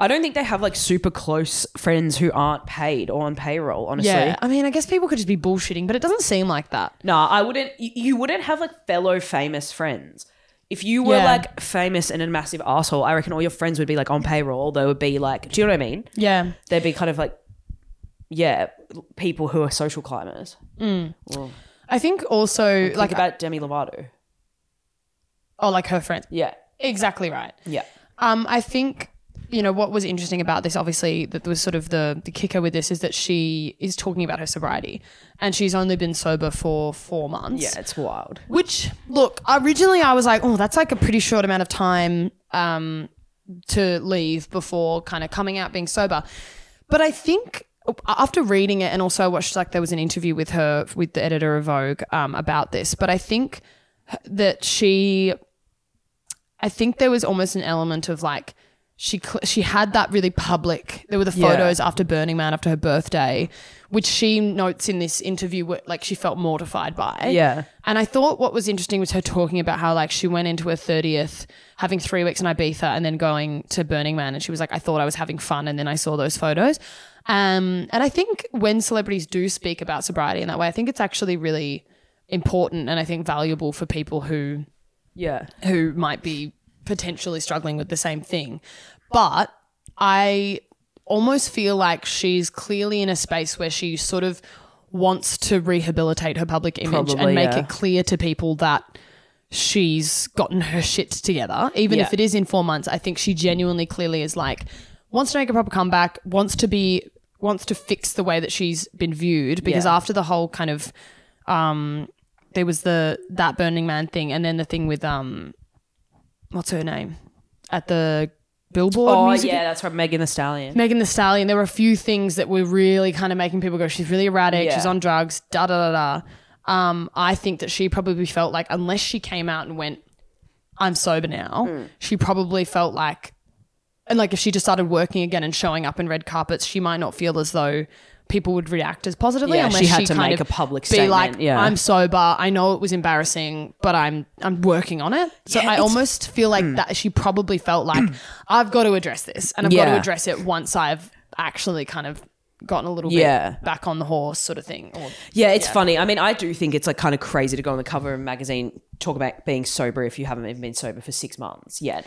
S2: I don't think they have like super close friends who aren't paid or on payroll. Honestly,
S3: I mean, I guess people could just be bullshitting, but it doesn't seem like that.
S2: No, I wouldn't. y- You wouldn't have like fellow famous friends. If you were
S3: Yeah.
S2: like famous and a massive asshole, I reckon all your friends would be like on payroll. They would be like, do you know what I mean?
S3: Yeah.
S2: They'd be kind of like, yeah, people who are social climbers.
S3: I think also
S2: Like
S3: like uh,
S2: about Demi Lovato.
S3: oh, like her friends.
S2: Yeah,
S3: Exactly right.
S2: yeah,
S3: Um, I think you know what was interesting about this. Obviously, that was sort of the the kicker with this is that she is talking about her sobriety, and she's only been sober for four months.
S2: yeah. It's wild.
S3: Which look, originally I was like, oh, that's like a pretty short amount of time um, to leave before kind of coming out being sober. But I think after reading it, and also I watched like there was an interview with her with the editor of Vogue um, about this. But I think that she, I think there was almost an element of like. She, cl- she had that really public. There were the
S2: Yeah.
S3: photos after Burning Man, after her birthday, which she notes in this interview, were- like she felt mortified by.
S2: Yeah.
S3: And I thought what was interesting was her talking about how like she went into her 30th having three weeks in Ibiza and then going to Burning Man and she was like, I thought I was having fun and then I saw those photos. Um, and I think when celebrities do speak about sobriety in that way, I think it's actually really important and I think valuable for people who
S2: Yeah,
S3: who might be potentially struggling with the same thing. But I almost feel like she's clearly in a space where she sort of wants to rehabilitate her public image
S2: Probably,
S3: and make
S2: yeah.
S3: it clear to people that she's gotten her shit together. Even
S2: Yeah.
S3: if it is in four months, I think she genuinely clearly is like wants to make a proper comeback, wants to be wants to fix the way that she's been viewed because
S2: Yeah.
S3: after the whole kind of um, there was the that Burning Man thing, and then the thing with um, what's her name at the Billboard
S2: oh
S3: music.
S2: yeah, that's right. Megan the Stallion.
S3: Megan the Stallion. There were a few things that were really kind of making people go, "She's really erratic. She's
S2: Yeah.
S3: on drugs." Da da da da. Um, I think that she probably felt like unless she came out and went, "I'm sober now,"
S2: Mm.
S3: she probably felt like, and like if she just started working again and showing up in red carpets, she might not feel as though people would react as positively.
S2: Yeah,
S3: unless
S2: she had to
S3: kind
S2: make
S3: of
S2: a public
S3: be like,
S2: statement, yeah.
S3: "I'm sober. I know it was embarrassing, but I'm I'm working on it." So I almost feel
S2: Mm.
S3: like that she probably felt like I've got to address this, and I've got
S2: Yeah.
S3: to address it once I've actually kind of gotten a little
S2: Yeah.
S3: bit back on the horse, sort of thing. Or,
S2: Yeah, it's funny. I mean, I do think it's like kind of crazy to go on the cover of a magazine talk about being sober if you haven't even been sober for six months yet.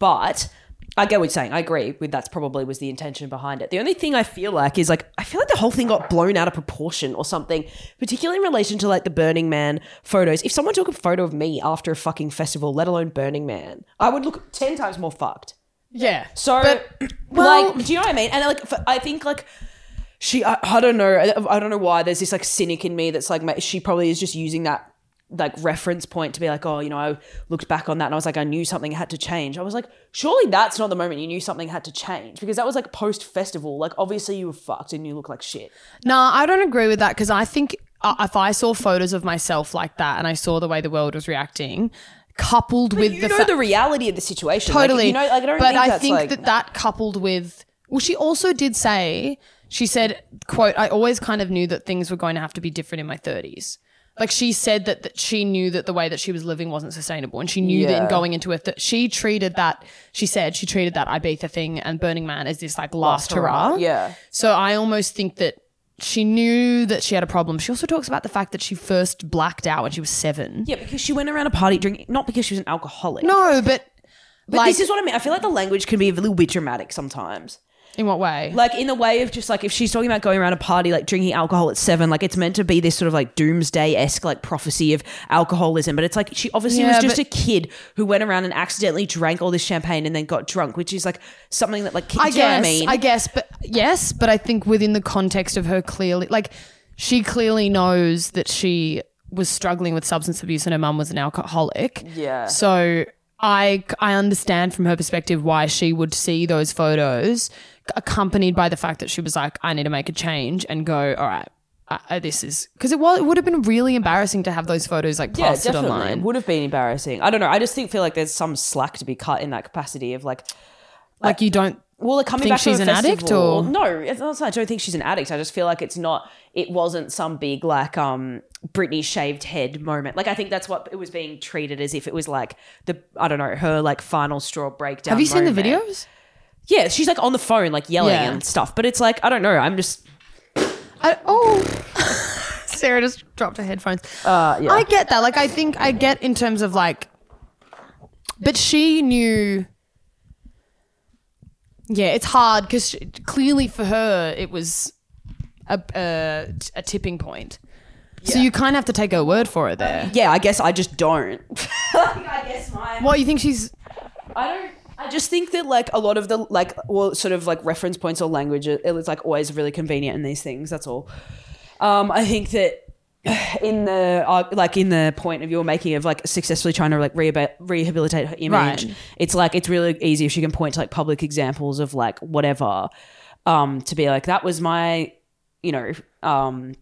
S2: But I get what you're saying. I agree with that's probably was the intention behind it. The only thing I feel like is like I feel like the whole thing got blown out of proportion or something, particularly in relation to like the Burning Man photos. If someone took a photo of me after a fucking festival, let alone Burning Man, I would look ten times more fucked.
S3: yeah.
S2: So,
S3: well-
S2: like, do you know what I mean? And like, for, I think like she, I, I don't know, I, I don't know why. There's this like cynic in me that's like, ma- she probably is just using that like reference point to be like, oh, you know, I looked back on that and I was like, I knew something had to change. I was like, surely that's not the moment you knew something had to change because that was like post festival. Like, obviously you were fucked and you look like shit.
S3: Nah, I don't agree with that because I think uh, if I saw photos of myself like that and I saw the way the world was reacting, coupled with
S2: You
S3: the
S2: know
S3: fa-
S2: the reality of the situation. Like,
S3: totally.
S2: you know, like I don't
S3: but
S2: think
S3: I
S2: that's
S3: think
S2: like,
S3: that that coupled with well, she also did say she said, "quote I always kind of knew that things were going to have to be different in my 30s. Like she said that, that she knew that the way that she was living wasn't sustainable, and she knew that in
S2: Yeah.
S3: going into it that she treated that she said she treated that Ibiza thing and Burning Man as this like last, hurrah.
S2: Yeah.
S3: So I almost think that she knew that she had a problem. She also talks about the fact that she first blacked out when she was seven.
S2: Yeah, because she went around a party drinking, not because she was an alcoholic.
S3: No, but,
S2: but
S3: like
S2: this is what I mean. I feel like the language can be a little bit dramatic sometimes.
S3: in what way?
S2: like in the way of just like if she's talking about going around a party like drinking alcohol at seven like it's meant to be this sort of like doomsday-esque like prophecy of alcoholism but it's like she obviously
S3: Yeah,
S2: was just
S3: but-
S2: a kid who went around and accidentally drank all this champagne and then got drunk which is like something that like kids,
S3: I
S2: you know what
S3: guess.
S2: I mean
S3: I guess, but yes, but I think within the context of her clearly, like she clearly knows that she was struggling with substance abuse and her mum was an alcoholic.
S2: Yeah.
S3: So I, I understand from her perspective why she would see those photos accompanied by the fact that she was like, I need to make a change and go, all right, I, I- this is because it, was it would have been really embarrassing to have those photos like
S2: Yeah,
S3: posted
S2: definitely.
S3: online.
S2: Would have been embarrassing. I don't know. I just think feel like there's some slack to be cut in that capacity of like,
S3: Like you don't.
S2: well, they're coming
S3: Think
S2: back from
S3: she's
S2: a
S3: an addict,
S2: festival.
S3: or-
S2: no? It's not, I don't think she's an addict. I just feel like it's not. It wasn't some big like um Britney shaved head moment. Like I think that's what it was being treated as if it was like the I don't know her like final straw breakdown.
S3: Have you seen the
S2: moment.
S3: videos?
S2: Yeah, she's like on the phone like yelling
S3: Yeah.
S2: and stuff. But it's like I don't know. I'm just
S3: I, oh, Sarah just dropped her headphones.
S2: uh, yeah.
S3: I get that. Like, I think I get in terms of like, but she knew. Yeah, it's hard because clearly for her it was a a, a tipping point. So you kind of have to take her word for it there.
S2: yeah, I guess I just don't. I guess my
S3: What you think she's?
S2: I don't. I just think that like a lot of the like well sort of like reference points or language it- it's like always really convenient in these things. That's all. Um, I think that in the uh, like in the point of you're making of like successfully trying to like rehabil- rehabilitate her image,
S3: Right.
S2: it's like it's really easy if she can point to like public examples of like whatever um, to be like that was my you know um,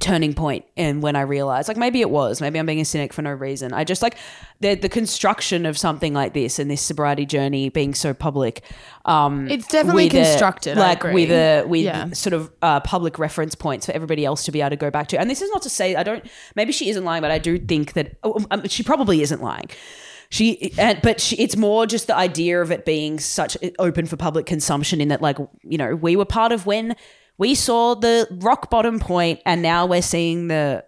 S2: turning point and when I realized like maybe it was maybe I'm being a cynic for no reason I just like the the construction of something like this and this sobriety journey being so public um
S3: It's definitely
S2: a-
S3: constructed, I
S2: like
S3: agree.
S2: with a with
S3: Yeah.
S2: sort of uh, public reference points for everybody else to be able to go back to and this is not to say I don't maybe she isn't lying but I do think that oh, um, she probably isn't lying she and, but she, it's more just the idea of it being such uh, open for public consumption in that like you know we were part of when we saw the rock bottom point and now we're seeing the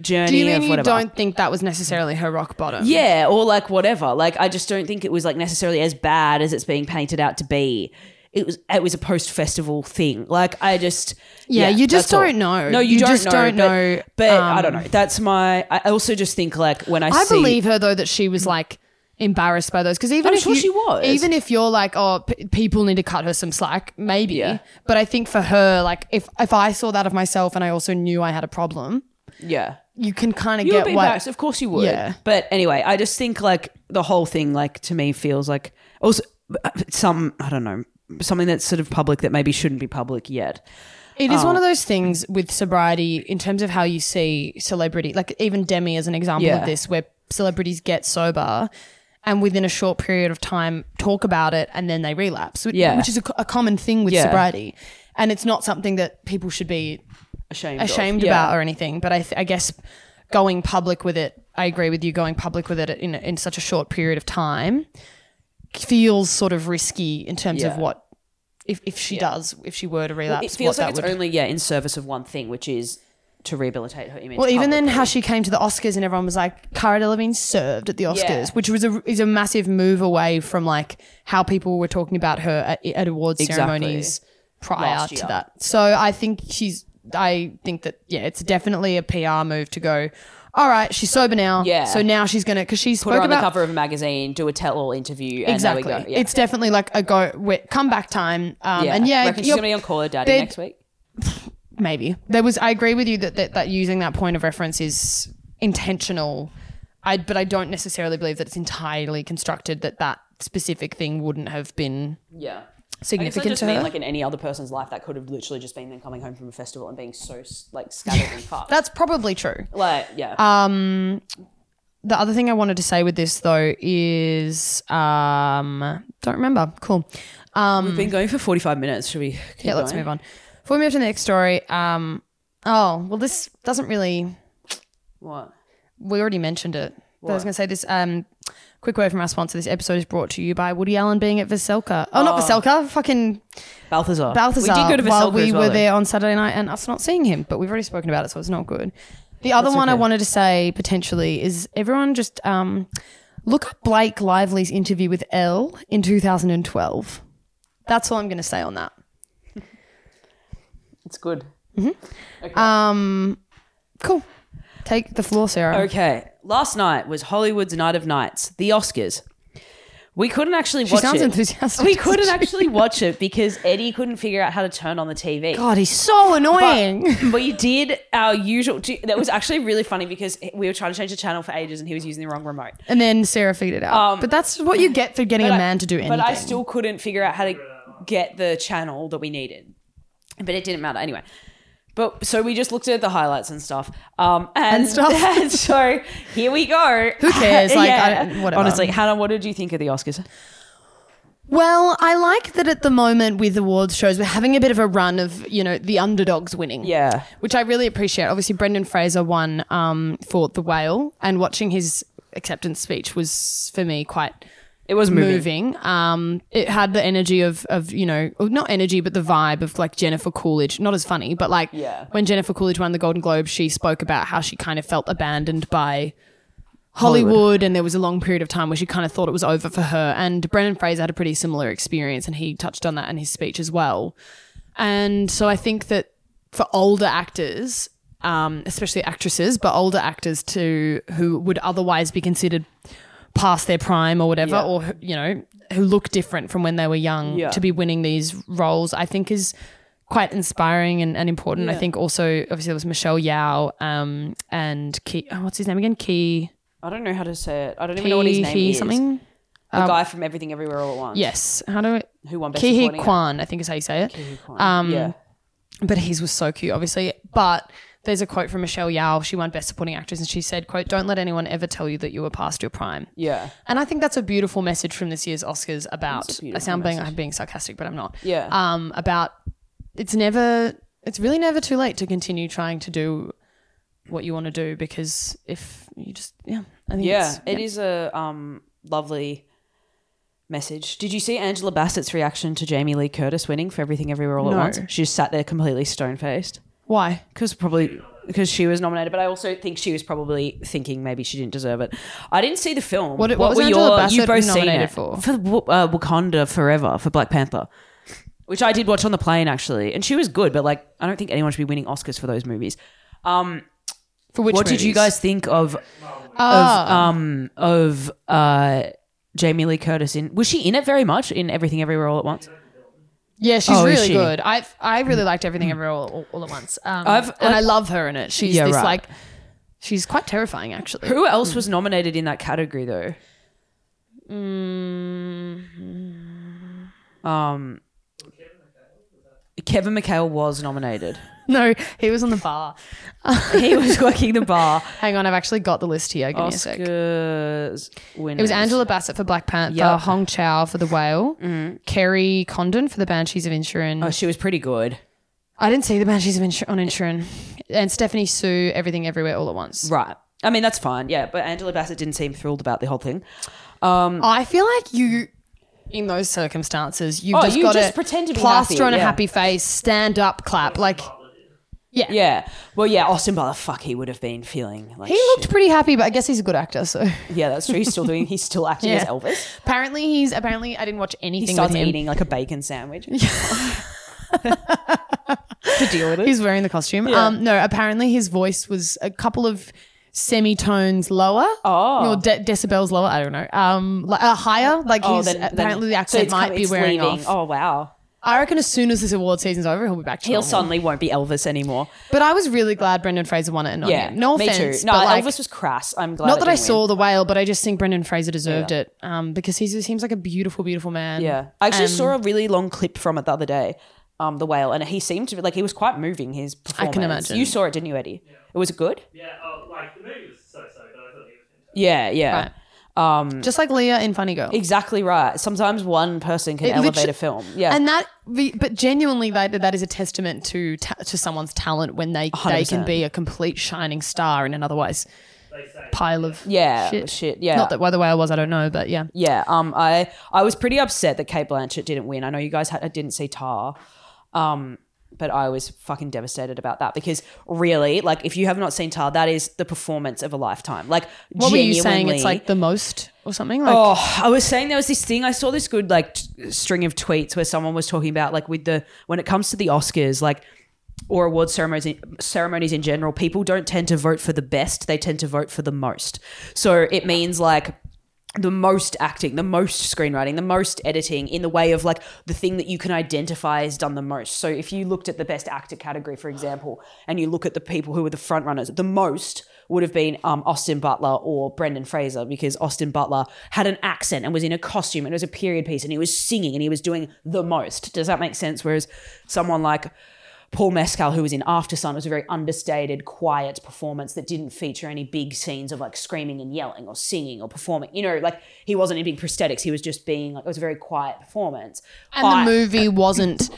S2: journey
S3: Do you
S2: of
S3: mean you
S2: whatever
S3: don't think that was necessarily her rock bottom?
S2: yeah or like whatever like i just don't think it was like necessarily as bad as it's being painted out to be it was it was a post festival thing like i just
S3: Yeah, you just
S2: that's all.
S3: don't know.
S2: no you,
S3: You
S2: don't
S3: just
S2: know,
S3: don't
S2: but,
S3: know,
S2: but i
S3: um,
S2: don't know that's my i also just think like when i,
S3: I
S2: see
S3: believe her though that she was like embarrassed by those because even
S2: I'm
S3: if
S2: sure
S3: you-
S2: she was.
S3: even if you're like oh p- people need to cut her some slack maybe
S2: Yeah.
S3: but I think for her like if if I saw that of myself and I also knew I had a problem
S2: yeah
S3: you can kind of
S2: you would
S3: get
S2: be
S3: what
S2: embarrassed. Of course you would.
S3: Yeah.
S2: But anyway, I just think like the whole thing, like to me, feels like also uh, some I don't know something that's sort of public that maybe shouldn't be public yet.
S3: It is one of those things with sobriety in terms of how you see celebrity, like even Demi as an example
S2: Yeah.
S3: of this, where celebrities get sober and within a short period of time talk about it and then they relapse, which,
S2: Yeah.
S3: which is a, co- a common thing with
S2: Yeah.
S3: sobriety. And it's not something that people should be
S2: Ashamed. of.
S3: ashamed
S2: Yeah.
S3: about or anything. But I, th- I guess going public with it, I agree with you. Going public with it in in such a short period of time feels sort of risky in terms of
S2: Yeah.
S3: what if, if she does if she were to relapse.
S2: It feels
S3: what
S2: like it's
S3: that would,
S2: only yeah in service of one thing, which is to rehabilitate her image.
S3: well, even then,
S2: publicly.
S3: how she came to the Oscars and everyone was like, Cara Delevingne served at the Oscars,
S2: Yeah.
S3: which was a is a massive move away from like how people were talking about her at, at awards
S2: Exactly.
S3: ceremonies prior
S2: Last
S3: to
S2: year.
S3: that. So I think she's. I think that yeah, it's definitely a PR move to go. All right, she's sober now.
S2: Yeah.
S3: So now she's gonna because she
S2: put
S3: spoke
S2: her on
S3: about
S2: the cover of a magazine, do a tell-all interview, and there we
S3: exactly.
S2: go. Yeah.
S3: It's definitely like a go we- comeback time. Um, and yeah,
S2: Reckon she's
S3: you're-
S2: gonna be on Call Her Daddy
S3: they'd-
S2: next week.
S3: maybe there was i agree with you that that, that using that point of reference is intentional i but i don't necessarily believe that it's entirely constructed that that specific thing wouldn't have been
S2: Yeah. I guess I
S3: significant
S2: just
S3: to
S2: mean
S3: her
S2: like in any other person's life, that could have literally just been them coming home from a festival and being so like scattered and fucked.
S3: that's probably true
S2: like yeah.
S3: Um, the other thing i wanted to say with this though is um don't remember cool um
S2: We've been going for 45 minutes. Should we? Keep
S3: yeah let's
S2: going?
S3: move on before we move to the next story um oh well this doesn't really
S2: What?
S3: we already mentioned it. But I was going to say this. Um, quick word from our sponsor. This episode is brought to you by Woody Allen being at Veselka. Oh, not Veselka. Fucking
S2: Balthazar.
S3: Balthazar.
S2: We did go to Veselka
S3: while we
S2: as well,
S3: were
S2: though.
S3: there on Saturday night, and us not seeing him. But we've already spoken about it, so it's not good. The other one I wanted to say potentially is everyone just um, look up Blake Lively's interview with Elle in 2012. That's all I'm going to say on that.
S2: It's good.
S3: Mm-hmm. Um, cool. Take the floor, Sarah.
S2: Okay. Last night was Hollywood's Night of Nights, the Oscars. We couldn't actually watch
S3: She sounds
S2: it.
S3: enthusiastic.
S2: We couldn't actually watch it because Eddie couldn't figure out how to turn on the TV.
S3: God, he's so annoying.
S2: But we did our usual. do- That was actually really funny because we were trying to change the channel for ages and he was using the wrong remote.
S3: and then Sarah figured it out.
S2: Um,
S3: but that's what you get for getting a
S2: But I-
S3: man to do anything.
S2: But I still couldn't figure out how to get the channel that we needed. But it didn't matter anyway. But so we just looked at the highlights and stuff. Um, and,
S3: And stuff.
S2: and so here we go.
S3: Who cares? Like, I don't- whatever.
S2: Honestly, Hannah, what did you think of the Oscars?
S3: Well, I like that at the moment with awards shows, we're having a bit of a run of, you know, the underdogs winning.
S2: Yeah.
S3: Which I really appreciate. Obviously, Brendan Fraser won um, for The Whale, and watching his acceptance speech was, for me, quite
S2: It was moving.
S3: moving. Um, it had the energy of, of you know, well, not energy, but the vibe of like Jennifer Coolidge. Not as funny, but like
S2: Yeah.
S3: when Jennifer Coolidge won the Golden Globe, she spoke about how she kind of felt abandoned by Hollywood, and there was a long period of time where she kind of thought it was over for her. And Brendan Fraser had a pretty similar experience, and he touched on that in his speech as well. And so I think that for older actors, um, especially actresses, but older actors too, who would otherwise be considered past their prime or whatever,
S2: Yeah.
S3: or you know, who look different from when they were young,
S2: Yeah.
S3: to be winning these roles, I think is quite inspiring and, and important. I think also obviously there was Michelle Yao um, and Key. Oh, what's his name again? Key.
S2: I don't know how to say it. I don't even know what his
S3: Key-
S2: name
S3: Key
S2: is.
S3: Something. Um, Uh,
S2: The guy from Everything Everywhere All at Once.
S3: Yes. How do it?
S2: Who won Best
S3: Kihi
S2: Supporting
S3: Kwan, I think is how you say it.
S2: Actor.
S3: Um,
S2: yeah.
S3: but his was so cute, obviously. But there's a quote from Michelle Yao. She won Best Supporting Actress, and she said, "quote Don't let anyone ever tell you that you were past your prime."
S2: Yeah.
S3: And I think that's a beautiful message from this year's Oscars about.
S2: It's a beautiful
S3: I sound being
S2: message.
S3: I'm being sarcastic, but I'm not.
S2: Yeah.
S3: Um, about it's never, it's really never too late to continue trying to do what you want to do because if you just, yeah, I think
S2: Yeah,
S3: it's,
S2: it is a um, lovely message. Did you see Angela Bassett's reaction to Jamie Lee Curtis winning for Everything Everywhere All
S3: No.
S2: at Once? She just sat there completely stone faced
S3: Why?
S2: because probably because she was nominated, but I also think she was probably thinking maybe she didn't deserve it. I didn't see the film.
S3: What- what was Angela Bassett nominated for?
S2: for uh, Wakanda Forever for Black Panther. Which I did watch on the plane actually, and she was good, but like I don't think anyone should be winning Oscars for those movies. Um,
S3: For which?
S2: what did you
S3: movies?
S2: guys think of of
S3: Ah,
S2: um of uh Jamie Lee Curtis in was she in it very much in Everything Everywhere All at Once?
S3: yeah, she's
S2: oh, is
S3: really
S2: she? Mm.
S3: good. I I really liked everything everywhere all, all, all at once. Um,
S2: I've-
S3: and I love her in it. She's
S2: Yeah,
S3: this
S2: right.
S3: like, she's quite terrifying actually.
S2: Who else was nominated in that category though?
S3: Mm-hmm.
S2: Um Kevin McHale was nominated.
S3: No, he was on the bar.
S2: he was working the bar.
S3: Hang on, I've actually got the list here. Give me a sec.
S2: Oscars winners.
S3: It was Angela Bassett for Black Panther,
S2: Yep.
S3: Hong Chow for The Whale, Kerry Condon for The Banshees of Insurance.
S2: Mm. Oh, she was pretty good.
S3: I didn't see The Banshees of Insur- on Insurance. And Stephanie Sue, Everything Everywhere All at Once.
S2: Right. I mean that's fine, yeah. But Angela Bassett didn't seem thrilled about the whole thing.
S3: I feel like you, in those circumstances, you've
S2: Oh,
S3: just
S2: you
S3: got
S2: just
S3: to
S2: pretend to be
S3: plaster
S2: happy,
S3: on a
S2: yeah.
S3: happy face, stand up, clap. Like, yeah.
S2: Yeah. Well, yeah, Austin Butler, fuck, he would have been feeling like
S3: He
S2: shit.
S3: looked pretty happy, but I guess he's a good actor. So
S2: Yeah, that's true. He's still doing. He's still acting as
S3: Yeah.
S2: Elvis.
S3: apparently he's apparently I didn't watch
S2: He
S3: anything.
S2: starts
S3: with him.
S2: eating like a bacon sandwich to deal with it.
S3: He's wearing the costume. Um, no, apparently his voice was a couple of semitones lower.
S2: Oh.
S3: Or de- decibels lower. I don't know. Um, like, uh, higher. Like he's, apparently the
S2: Oh, so
S3: accent
S2: it's
S3: might
S2: come-
S3: be
S2: it's
S3: wearing
S2: leaving.
S3: off.
S2: Oh wow,
S3: I reckon as soon as this award season's over, he'll be back to
S2: he'll
S3: normal.
S2: suddenly won't be Elvis anymore.
S3: But I was really glad Brendan Fraser won it and not
S2: Yeah,
S3: him. No
S2: me
S3: offense.
S2: Too. No,
S3: but like,
S2: Elvis was crass. I'm glad.
S3: not that
S2: it
S3: I
S2: didn't
S3: saw
S2: win.
S3: the whale, but I just think Brendan Fraser deserved
S2: Yeah.
S3: it um, because he's, he seems like a beautiful, beautiful man.
S2: Yeah, I actually
S3: And
S2: saw a really long clip from it the other day. Um, the whale, and he seemed to be like he was quite moving. His performance.
S3: imagine.
S2: You saw it, didn't you, Eddie? It was good.
S4: Yeah, oh, like the movie was so so, but I thought it was fantastic.
S2: Yeah, yeah. Um,
S3: Just like Leah in Funny Girl.
S2: exactly right. Sometimes one person can
S3: It
S2: elevate
S3: literally-
S2: a film. Yeah,
S3: And that, the- but genuinely, that that is a testament to ta- to someone's talent when they they can
S2: 100%.
S3: be a complete shining star in an otherwise pile of
S2: yeah,
S3: shit.
S2: shit yeah.
S3: Not that why the way I was, I don't know, but yeah.
S2: Yeah, um, I I was pretty upset that Kate Blanchett didn't win. I know you guys had, didn't see Tar, um, but I was fucking devastated about that because really, like, if you have not seen Tar, that is the performance of a lifetime. Like,
S3: What were you saying? It's
S2: genuinely-
S3: like the most or something. Like
S2: Oh, I was saying there was this thing. I saw this good like t- string of tweets where someone was talking about like with the when it comes to the Oscars, like or award ceremonies ceremonies in general, people don't tend to vote for the best; they tend to vote for the most. So it means like the most acting, the most screenwriting, the most editing in the way of like the thing that you can identify is done the most. So if you looked at the best actor category, for example, and you look at the people who were the front runners, the most would have been um, Austin Butler or Brendan Fraser because Austin Butler had an accent and was in a costume and it was a period piece and he was singing and he was doing the most. Does that make sense? Whereas someone like Paul Mescal, who was in After Sun, was a very understated, quiet performance that didn't feature any big scenes of like screaming and yelling or singing or performing. You know, like he wasn't in big prosthetics. He was just being like, it was a very quiet performance.
S3: And
S2: But-
S3: the movie wasn't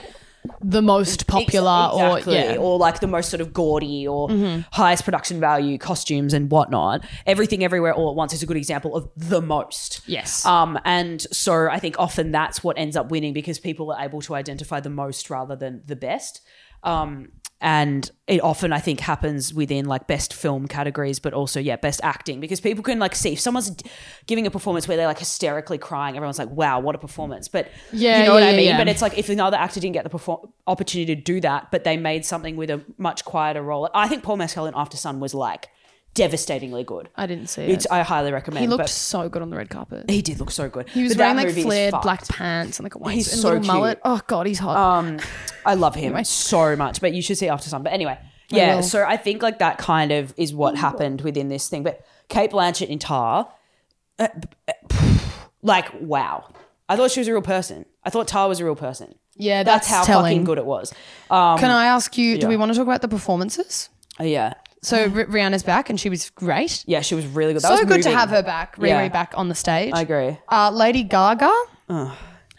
S3: the most popular
S2: Ex-
S3: or
S2: exactly.
S3: yeah. Mm-hmm.
S2: or like the most sort of gaudy or highest production value costumes and whatnot. Everything everywhere all at once is a good example of the most.
S3: Yes.
S2: Um, and so I think often that's what ends up winning because people are able to identify the most rather than the best. Um, and it often I think happens within like best film categories, but also yeah, best acting because people can like see if someone's d- giving a performance where they're like hysterically crying, everyone's like, "Wow, what a performance!" But
S3: Yeah,
S2: you know what
S3: yeah,
S2: I
S3: yeah,
S2: mean.
S3: yeah.
S2: But it's like if another actor didn't get the perform- opportunity to do that, but they made something with a much quieter role. I think Paul Mescal in After Sun was like devastatingly good.
S3: I didn't see
S2: It's,
S3: it.
S2: I highly recommend.
S3: He looked
S2: but
S3: so good on the red carpet.
S2: he did look so good.
S3: He was
S2: But that
S3: wearing like
S2: movie is
S3: flared
S2: fucked.
S3: black pants and like a white
S2: He's
S3: and
S2: so
S3: little
S2: cute.
S3: mullet. Oh god, he's hot.
S2: Um, I love him so much, but you should see After Sun. But anyway, yeah.
S3: will.
S2: So I think like that kind of is what happened within this thing. But Kate Blanchett in Tar, uh, like wow, I thought she was a real person. I thought Tar was a real person.
S3: yeah,
S2: That's,
S3: that's,
S2: how
S3: telling.
S2: fucking good it was. Um,
S3: Can I ask you?
S2: Yeah.
S3: Do we want to talk about the performances?
S2: yeah,
S3: So R- Rihanna's back and she was great.
S2: yeah, she was really good. That
S3: so
S2: was
S3: good to
S2: moving.
S3: have her back, Riri
S2: Yeah.
S3: back on the stage.
S2: I agree.
S3: Uh, Lady Gaga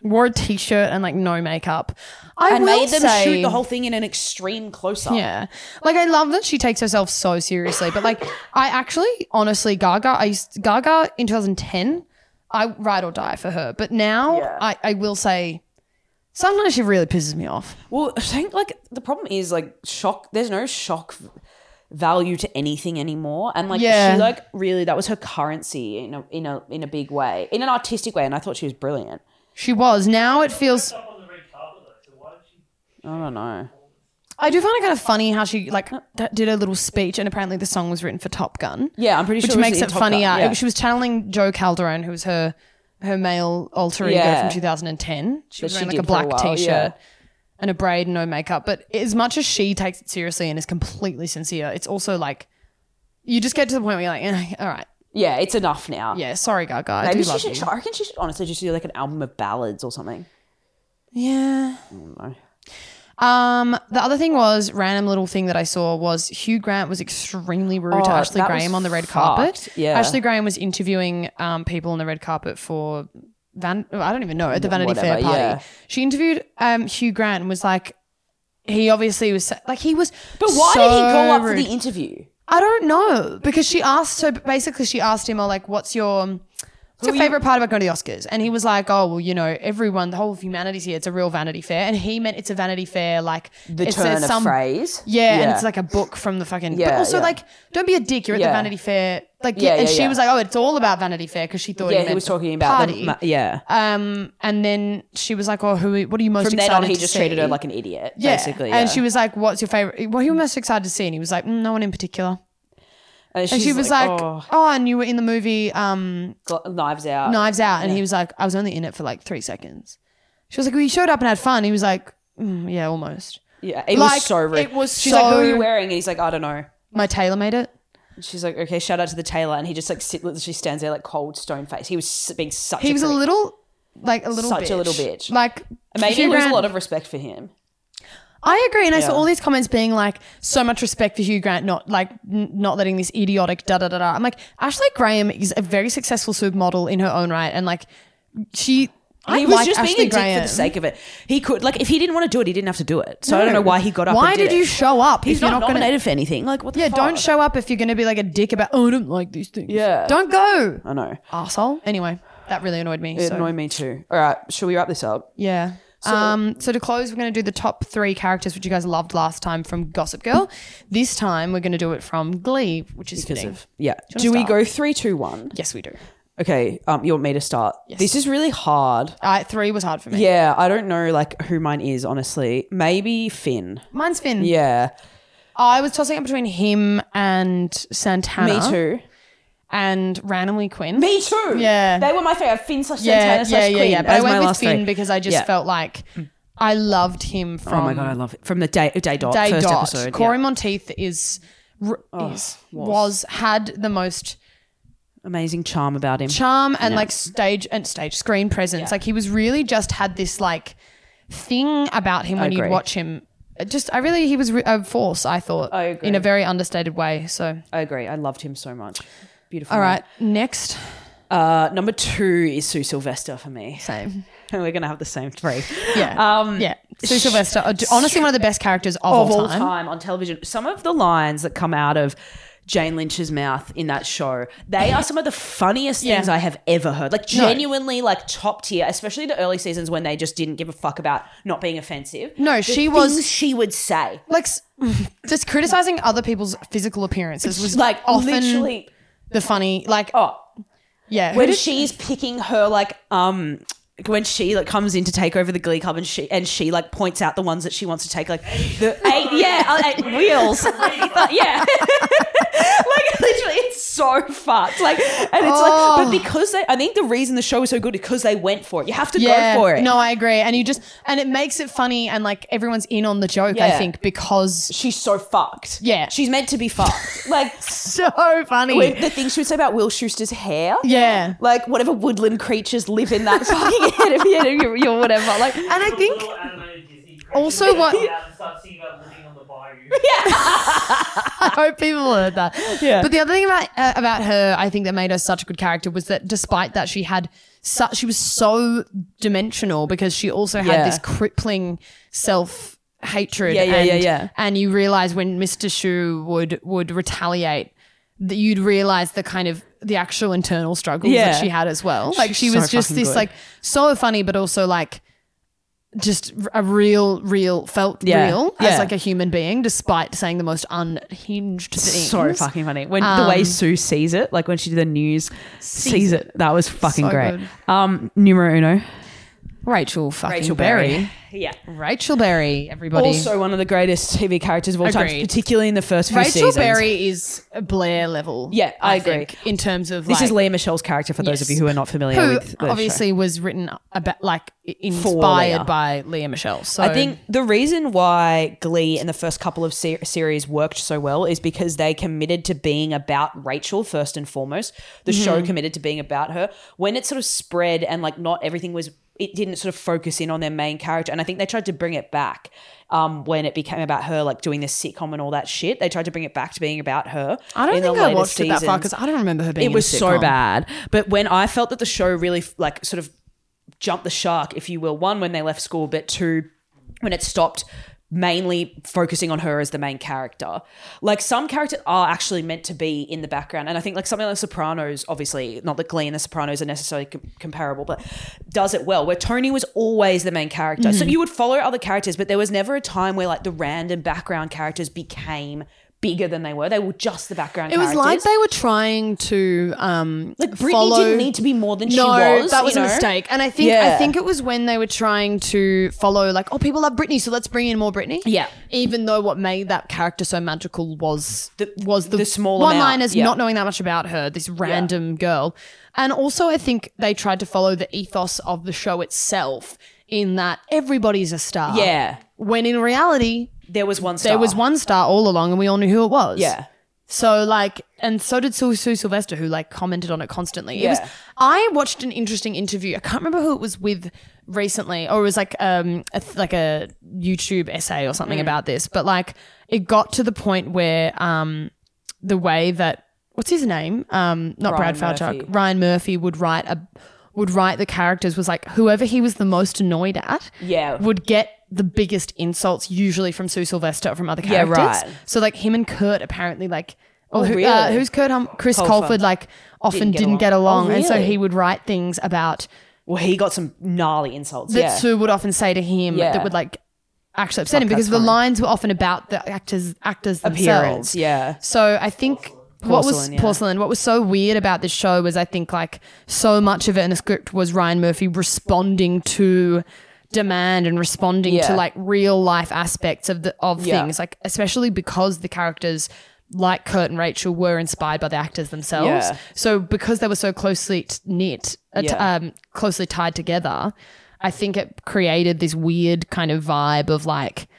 S3: wore a t-shirt and like no makeup. I
S2: And
S3: will
S2: made them
S3: say,
S2: shoot the whole thing in an extreme close up.
S3: Yeah. Like I love that she takes herself so seriously, but like I actually honestly Gaga I used Gaga in 2010 I ride or die for her. But now
S2: Yeah.
S3: I, I will say sometimes she really pisses me off.
S2: Well, I think like the problem is like shock. There's no shock v- value to anything anymore, and like
S3: Yeah.
S2: she like really that was her currency in a in a in a big way, in an artistic way, and I thought she was brilliant.
S3: She was. Now it feels
S4: Up on the red carpet though, so why did she?
S2: I don't know.
S3: I do find it kind of funny how she like d- did a little speech and apparently the song was written for Top Gun.
S2: Yeah, I'm pretty
S3: Which
S2: sure.
S3: makes
S2: was in
S3: it
S2: Top
S3: funnier.
S2: Gun. Yeah.
S3: She was channeling Joe Calderone, who was her her male alter ego
S2: Yeah.
S3: from 2010. She was
S2: she
S3: wearing like
S2: did
S3: a
S2: for a
S3: black
S2: while,
S3: t-shirt
S2: yeah.
S3: and a braid and no makeup. But as much as she takes it seriously and is completely sincere, it's also like you just get to the point where you're like, eh, all right,
S2: yeah, it's enough now.
S3: yeah, sorry, Gaga, I
S2: Maybe
S3: do
S2: she
S3: love
S2: should.
S3: you.
S2: I reckon she should honestly just do like an album of ballads or something.
S3: Yeah.
S2: know.
S3: Um, the other thing was random little thing that I saw was Hugh Grant was extremely rude to
S2: Oh,
S3: Ashley
S2: that
S3: Graham
S2: was
S3: on the red
S2: fucked.
S3: carpet.
S2: Yeah.
S3: Ashley Graham was interviewing um, people on the red carpet for Van. I don't even know at the Vanity Fair
S2: Whatever,
S3: party.
S2: yeah.
S3: She interviewed um, Hugh Grant and was like, he obviously was like he was.
S2: But why did he go up
S3: rude.
S2: for the interview?
S3: I don't know because she asked. So basically, she asked him, "Oh, like, what's your what's your favorite part about going to the Oscars?" And he was like, "Oh, well, you know, everyone, the whole of humanity's here. It's a real vanity fair." And he meant it's a vanity fair, like
S2: The
S3: it's a-
S2: turn of
S3: some-
S2: phrase.
S3: Yeah, and it's like a book from the fucking. but
S2: Yeah,
S3: also,
S2: yeah.
S3: like, don't be a dick. You're at the
S2: Yeah.
S3: Vanity Fair, like,
S2: Yeah,
S3: yeah, and
S2: yeah,
S3: she
S2: yeah.
S3: was like, "Oh, it's all about Vanity Fair" because she thought
S2: yeah,
S3: he,
S2: he was talking about
S3: party.
S2: the ma- yeah.
S3: um, and then she was like, "Oh, who? What are you most
S2: From then
S3: excited
S2: on, he
S3: to
S2: just treated her
S3: see?
S2: like an idiot,
S3: Yeah.
S2: basically.
S3: And
S2: yeah.
S3: she was like, "What's your favorite? What are you most excited to see?" And he was like, "Mm, "No one in particular."
S2: and,
S3: And she
S2: she's
S3: was like,
S2: "Oh, Uh,
S3: oh. and you were in the movie um,
S2: gl- knives out,
S3: Knives Out. And he was like, I was only in it for like three seconds. She was like, well, you showed up and had fun. He was like, "Mm, yeah, almost.
S2: Yeah, it
S3: Like,
S2: was so rude.
S3: it was
S2: She's like, "Who are
S3: so-
S2: you wearing?" And he's like, "I don't know."
S3: My tailor made it.
S2: And She's like, "Okay, shout out to the tailor," and he just like sit, literally stands there like cold stone face. He was s- being such.
S3: He was a
S2: prick.
S3: little, like a little
S2: Such a
S3: bitch.
S2: little bitch.
S3: Like,
S2: It made
S3: Hugh
S2: me lose a
S3: Grant-
S2: lot of respect for him.
S3: I agree. And I saw
S2: Yeah.
S3: all these comments being like, so much respect for Hugh Grant, not like n- not letting this idiotic da da da da. I'm like, Ashley Graham is a very successful supermodel in her own right. And like, she. I
S2: he was
S3: like
S2: just
S3: Ashley
S2: being a dick
S3: Graham.
S2: for the sake of it. He could like if he didn't want to do it, he didn't have to do it. So I don't know why he got up.
S3: Why
S2: and
S3: did,
S2: did,
S3: you
S2: it.
S3: show up?
S2: He's
S3: if you're
S2: not,
S3: gonna-
S2: nominated for anything. Like what? The
S3: Yeah,
S2: fuck?
S3: don't show up if you're going to be like a dick about, oh, I don't like these things.
S2: Yeah.
S3: Don't go.
S2: I know.
S3: Asshole. Anyway, that really annoyed me.
S2: It
S3: so-
S2: annoyed me too. All right, shall we wrap this up?
S3: Yeah. um, so to close, we're going to do the top three characters which you guys loved last time from Gossip Girl. This time, we're going to do it from Glee, which is
S2: Because
S3: fitting.
S2: of yeah.
S3: Do you
S2: Do
S3: wanna
S2: we
S3: start?
S2: go three, two, one?
S3: Yes, we do.
S2: Okay. Um, you want me to start? This is really hard.
S3: Uh, three was hard for me.
S2: Yeah, I don't know like who mine is honestly. Maybe Finn.
S3: Mine's Finn.
S2: Yeah,
S3: I was tossing up between him and Santana.
S2: me too.
S3: and randomly Quinn.
S2: Me too.
S3: Yeah.
S2: They were my favorite. Finn slash
S3: yeah,
S2: Santana
S3: yeah,
S2: slash
S3: yeah,
S2: Queen.
S3: yeah. But
S2: That
S3: I
S2: was my
S3: went with
S2: last
S3: Finn
S2: three.
S3: because I just
S2: Yeah. Mm.
S3: felt like I loved him from
S2: Oh my god, I love it. From the day day dot
S3: day
S2: Oh, first
S3: dot.
S2: episode.
S3: Corey
S2: yeah. Oh,
S3: Monteith is, r- is was. had the most
S2: Amazing charm about him.
S3: charm and like stage and stage screen presence. Like he was really just had this like thing about him when you
S2: agree.
S3: watch him. It Just I really he was re- a force. I thought
S2: I agree.
S3: in a very understated way. So
S2: I agree. I loved him so much. Beautiful.
S3: all
S2: man.
S3: right, next
S2: Uh, number two is Sue Sylvester for me.
S3: same.
S2: We're gonna have the same three.
S3: Yeah, um, yeah. Sue Sylvester, uh, honestly, one of the best characters of, all,
S2: of all
S3: time.
S2: time. on television. Some of the lines that come out of Jane Lynch's mouth in that show, they are some of the funniest
S3: Yeah.
S2: things I have ever heard. Like genuinely, like top tier, especially the early seasons when they just didn't give a fuck about not being offensive.
S3: No,
S2: The
S3: she was-
S2: things she would say
S3: Like s- just criticizing other people's physical appearances was
S2: like
S3: often
S2: literally.
S3: the funny. Like
S2: Oh,
S3: yeah,
S2: when she's picking her like um when she like comes in to take over the Glee Club and she and she like points out the ones that she wants to take like the eight yeah uh, eight wheels yeah like literally it's so fucked like and it's
S3: Oh.
S2: like but because they I think the reason the show was so good is because they went for it you have to
S3: yeah,
S2: go for it
S3: No, I agree, and you just and it makes it funny, and like everyone's in on the joke. I
S2: Yeah.
S3: think because
S2: she's so fucked
S3: Yeah.
S2: she's meant to be fucked like
S3: so funny.
S2: with the things she would say about Will Schuster's hair
S3: yeah,
S2: like whatever woodland creatures live in that fucking head of your- your, your whatever like
S3: and I think
S4: Little animated Disney creatures
S3: Also what-
S4: go out and start singing about living on the bayou.
S3: I hope people heard that.
S2: Yeah.
S3: But the other thing about uh, about her, I think that made her such a good character was that despite that she had such she was so dimensional because she also had
S2: Yeah.
S3: this crippling self hatred.
S2: Yeah, yeah,
S3: and,
S2: yeah, yeah.
S3: And you realize when Mister Shu would would retaliate that you'd realize the kind of the actual internal struggles
S2: Yeah.
S3: that she had as well. Like she
S2: so
S3: was just
S2: fucking
S3: this
S2: good.
S3: like so funny, but also like just a real, real felt
S2: Yeah.
S3: real as
S2: Yeah.
S3: like a human being, despite saying the most unhinged things.
S2: so fucking funny. When the
S3: Um,
S2: way Sue sees it, like when she did the news, sees, it. That was fucking
S3: So
S2: great.
S3: good.
S2: Um, numero uno,
S3: Rachel fucking
S2: Rachel
S3: Berry.
S2: Berry. Yeah.
S3: Rachel Berry, everybody.
S2: Also, one of the greatest TV characters of all time,
S3: Agreed.
S2: particularly in the first few
S3: Rachel
S2: seasons.
S3: Berry is a Blair level.
S2: Yeah, I agree.
S3: think, in terms of
S2: This
S3: like,
S2: is Leah Michelle's character for those
S3: Yes.
S2: of you who are not familiar
S3: who
S2: with. the
S3: obviously was written about like i-
S2: Leah.
S3: inspired by Leah Michelle. So
S2: I think the reason why Glee and the first couple of ser- series worked so well is because they committed to being about Rachel first and foremost. The
S3: Mm-hmm.
S2: show committed to being about her. When it sort of spread and like not everything was, it didn't sort of focus in on their main character. And I think they tried to bring it back um, when it became about her, like doing this sitcom and all that shit. They tried to bring it back to being about her.
S3: I don't
S2: in the
S3: think I
S2: later
S3: watched it that far
S2: seasons
S3: because I don't remember her being. in
S2: it
S3: a
S2: was so
S3: sitcom.
S2: bad but when i felt that the show really like sort of jumped the shark if you will one when they left school but two when it stopped mainly focusing on her as the main character like some characters are actually meant to be in the background and i think like something like the sopranos obviously not that glee and the sopranos are necessarily com- comparable but does it well where tony was always the main character so
S3: Mm-hmm.
S2: you would follow other characters but there was never a time where like the random background characters became bigger than they were they were just the background
S3: It was
S2: characters.
S3: like they were trying to um
S2: Like Britney
S3: follow-
S2: didn't need to be more than she
S3: no,
S2: was.
S3: that was
S2: you
S3: a
S2: know?
S3: mistake. And I think I
S2: Yeah.
S3: think it was when they were trying to follow like, oh, people love Britney, so let's bring in more Britney.
S2: Yeah.
S3: Even though what made that character so magical was
S2: The-
S3: was the,
S2: the small
S3: one
S2: amount,
S3: liners,
S2: yeah.
S3: not knowing that much about her, this random girl. And also, I think they tried to follow the ethos of the show itself in that everybody's a star.
S2: Yeah.
S3: When in reality,
S2: There was one. Star.
S3: Um, there was one star all along, and we all knew who it was.
S2: Yeah.
S3: So like, and so did Sue, Sue Sylvester, who like commented on it constantly. It
S2: Yeah.
S3: was. I watched an interesting interview. I can't remember who it was with recently, or it was like um a, th- like a YouTube essay or
S2: Mm.
S3: something about this. But like, it got to the point where um the way that what's his name um not
S2: Ryan
S3: Brad Falchuk
S2: Murphy.
S3: Ryan Murphy would write a would write the characters was like whoever he was the most annoyed at
S2: Yeah.
S3: would get the biggest insults usually from Sue Sylvester or from other characters.
S2: right.
S3: So like him and Kurt apparently like oh, who, uh,
S2: really?
S3: who's Kurt Hum- Chris
S2: Colfer.
S3: Colford, like
S2: Didn't
S3: often
S2: get
S3: didn't
S2: along.
S3: get along,
S2: Oh,
S3: and so
S2: really?
S3: he would write things about
S2: Well, he got some gnarly insults.
S3: that
S2: yeah.
S3: Sue would often say to him
S2: Yeah.
S3: that would like actually upset him
S2: Fuck,
S3: because
S2: that's
S3: the
S2: funny.
S3: lines were often about the actors actors
S2: Appearance,
S3: themselves.
S2: yeah.
S3: So I think what was
S2: Porcelain, yeah.
S3: porcelain. What was so weird about this show was I think like so much of it in the script was Ryan Murphy responding to demand and responding
S2: Yeah.
S3: to like real life aspects of the of
S2: Yeah.
S3: things like especially because the characters like Kurt and Rachel, were inspired by the actors themselves.
S2: Yeah.
S3: So because they were so closely t- knit, uh, t-
S2: Yeah.
S3: um, closely tied together, I think it created this weird kind of vibe of like,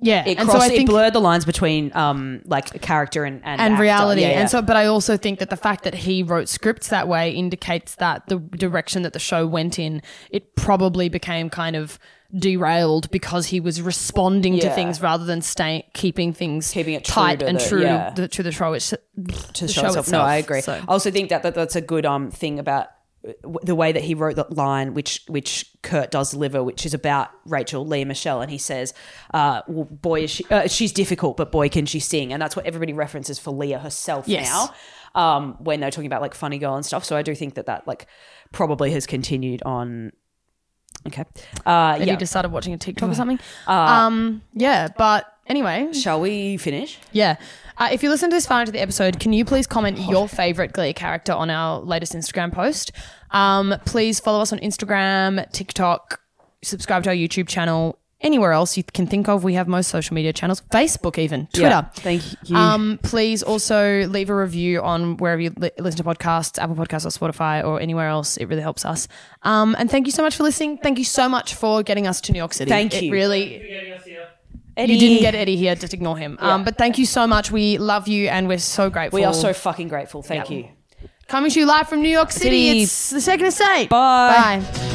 S3: yeah,
S2: It,
S3: and
S2: crossed,
S3: so I think
S2: it blurred the lines between um, like character and and,
S3: and
S2: actor.
S3: reality.
S2: Yeah, yeah.
S3: And so, but I also think that the fact that he wrote scripts that way indicates that the direction that the show went in, it probably became kind of derailed because he was responding to
S2: Yeah.
S3: things rather than staying keeping things
S2: Keeping it true
S3: tight
S2: to
S3: and
S2: the-
S3: true
S2: yeah.
S3: to, the, to the show. It's,
S2: to
S3: the
S2: show,
S3: show
S2: itself.
S3: itself.
S2: No, I agree. Oh,
S3: So-
S2: I also think that, that that's a good um thing about uh, w- the way that he wrote that line, which which Kurt does deliver, which is about Rachel Leah Michelle, and he says, uh, well, "Boy, is she, uh, she's difficult, but boy, can she sing." And that's what everybody references for Leah herself
S3: Yes.
S2: now. Um, when they're talking about like funny girl and stuff, so I do think that that like probably has continued on. Okay, uh,
S3: and
S2: yeah. Uh,
S3: he just started watching a TikTok or something. um, yeah, but anyway,
S2: Shall we finish?
S3: Yeah. Uh, if you listen to this far into the episode, can you please comment
S2: Oh.
S3: your favorite Glee character on our latest Instagram post? Um, please follow us on Instagram, TikTok, subscribe to our YouTube channel, anywhere else you can think of. We have most social media channels, Facebook, even Twitter.
S2: Yeah. Thank you.
S3: Um, please also leave a review on wherever you li- listen to podcasts, Apple Podcasts or Spotify or anywhere else. It really helps us. Um, and thank you so much for listening. Thank you so much for getting us to New York City.
S2: Thank
S3: It
S2: you.
S3: really
S4: You're getting us here.
S2: Eddie.
S3: you didn't get Eddie here. Just ignore him. Um, but thank you so much. We love you, and we're so grateful.
S2: We are so fucking grateful. Thank you.
S3: coming to you live from New York City.
S2: City.
S3: It's the second estate.
S2: Bye.
S3: Bye.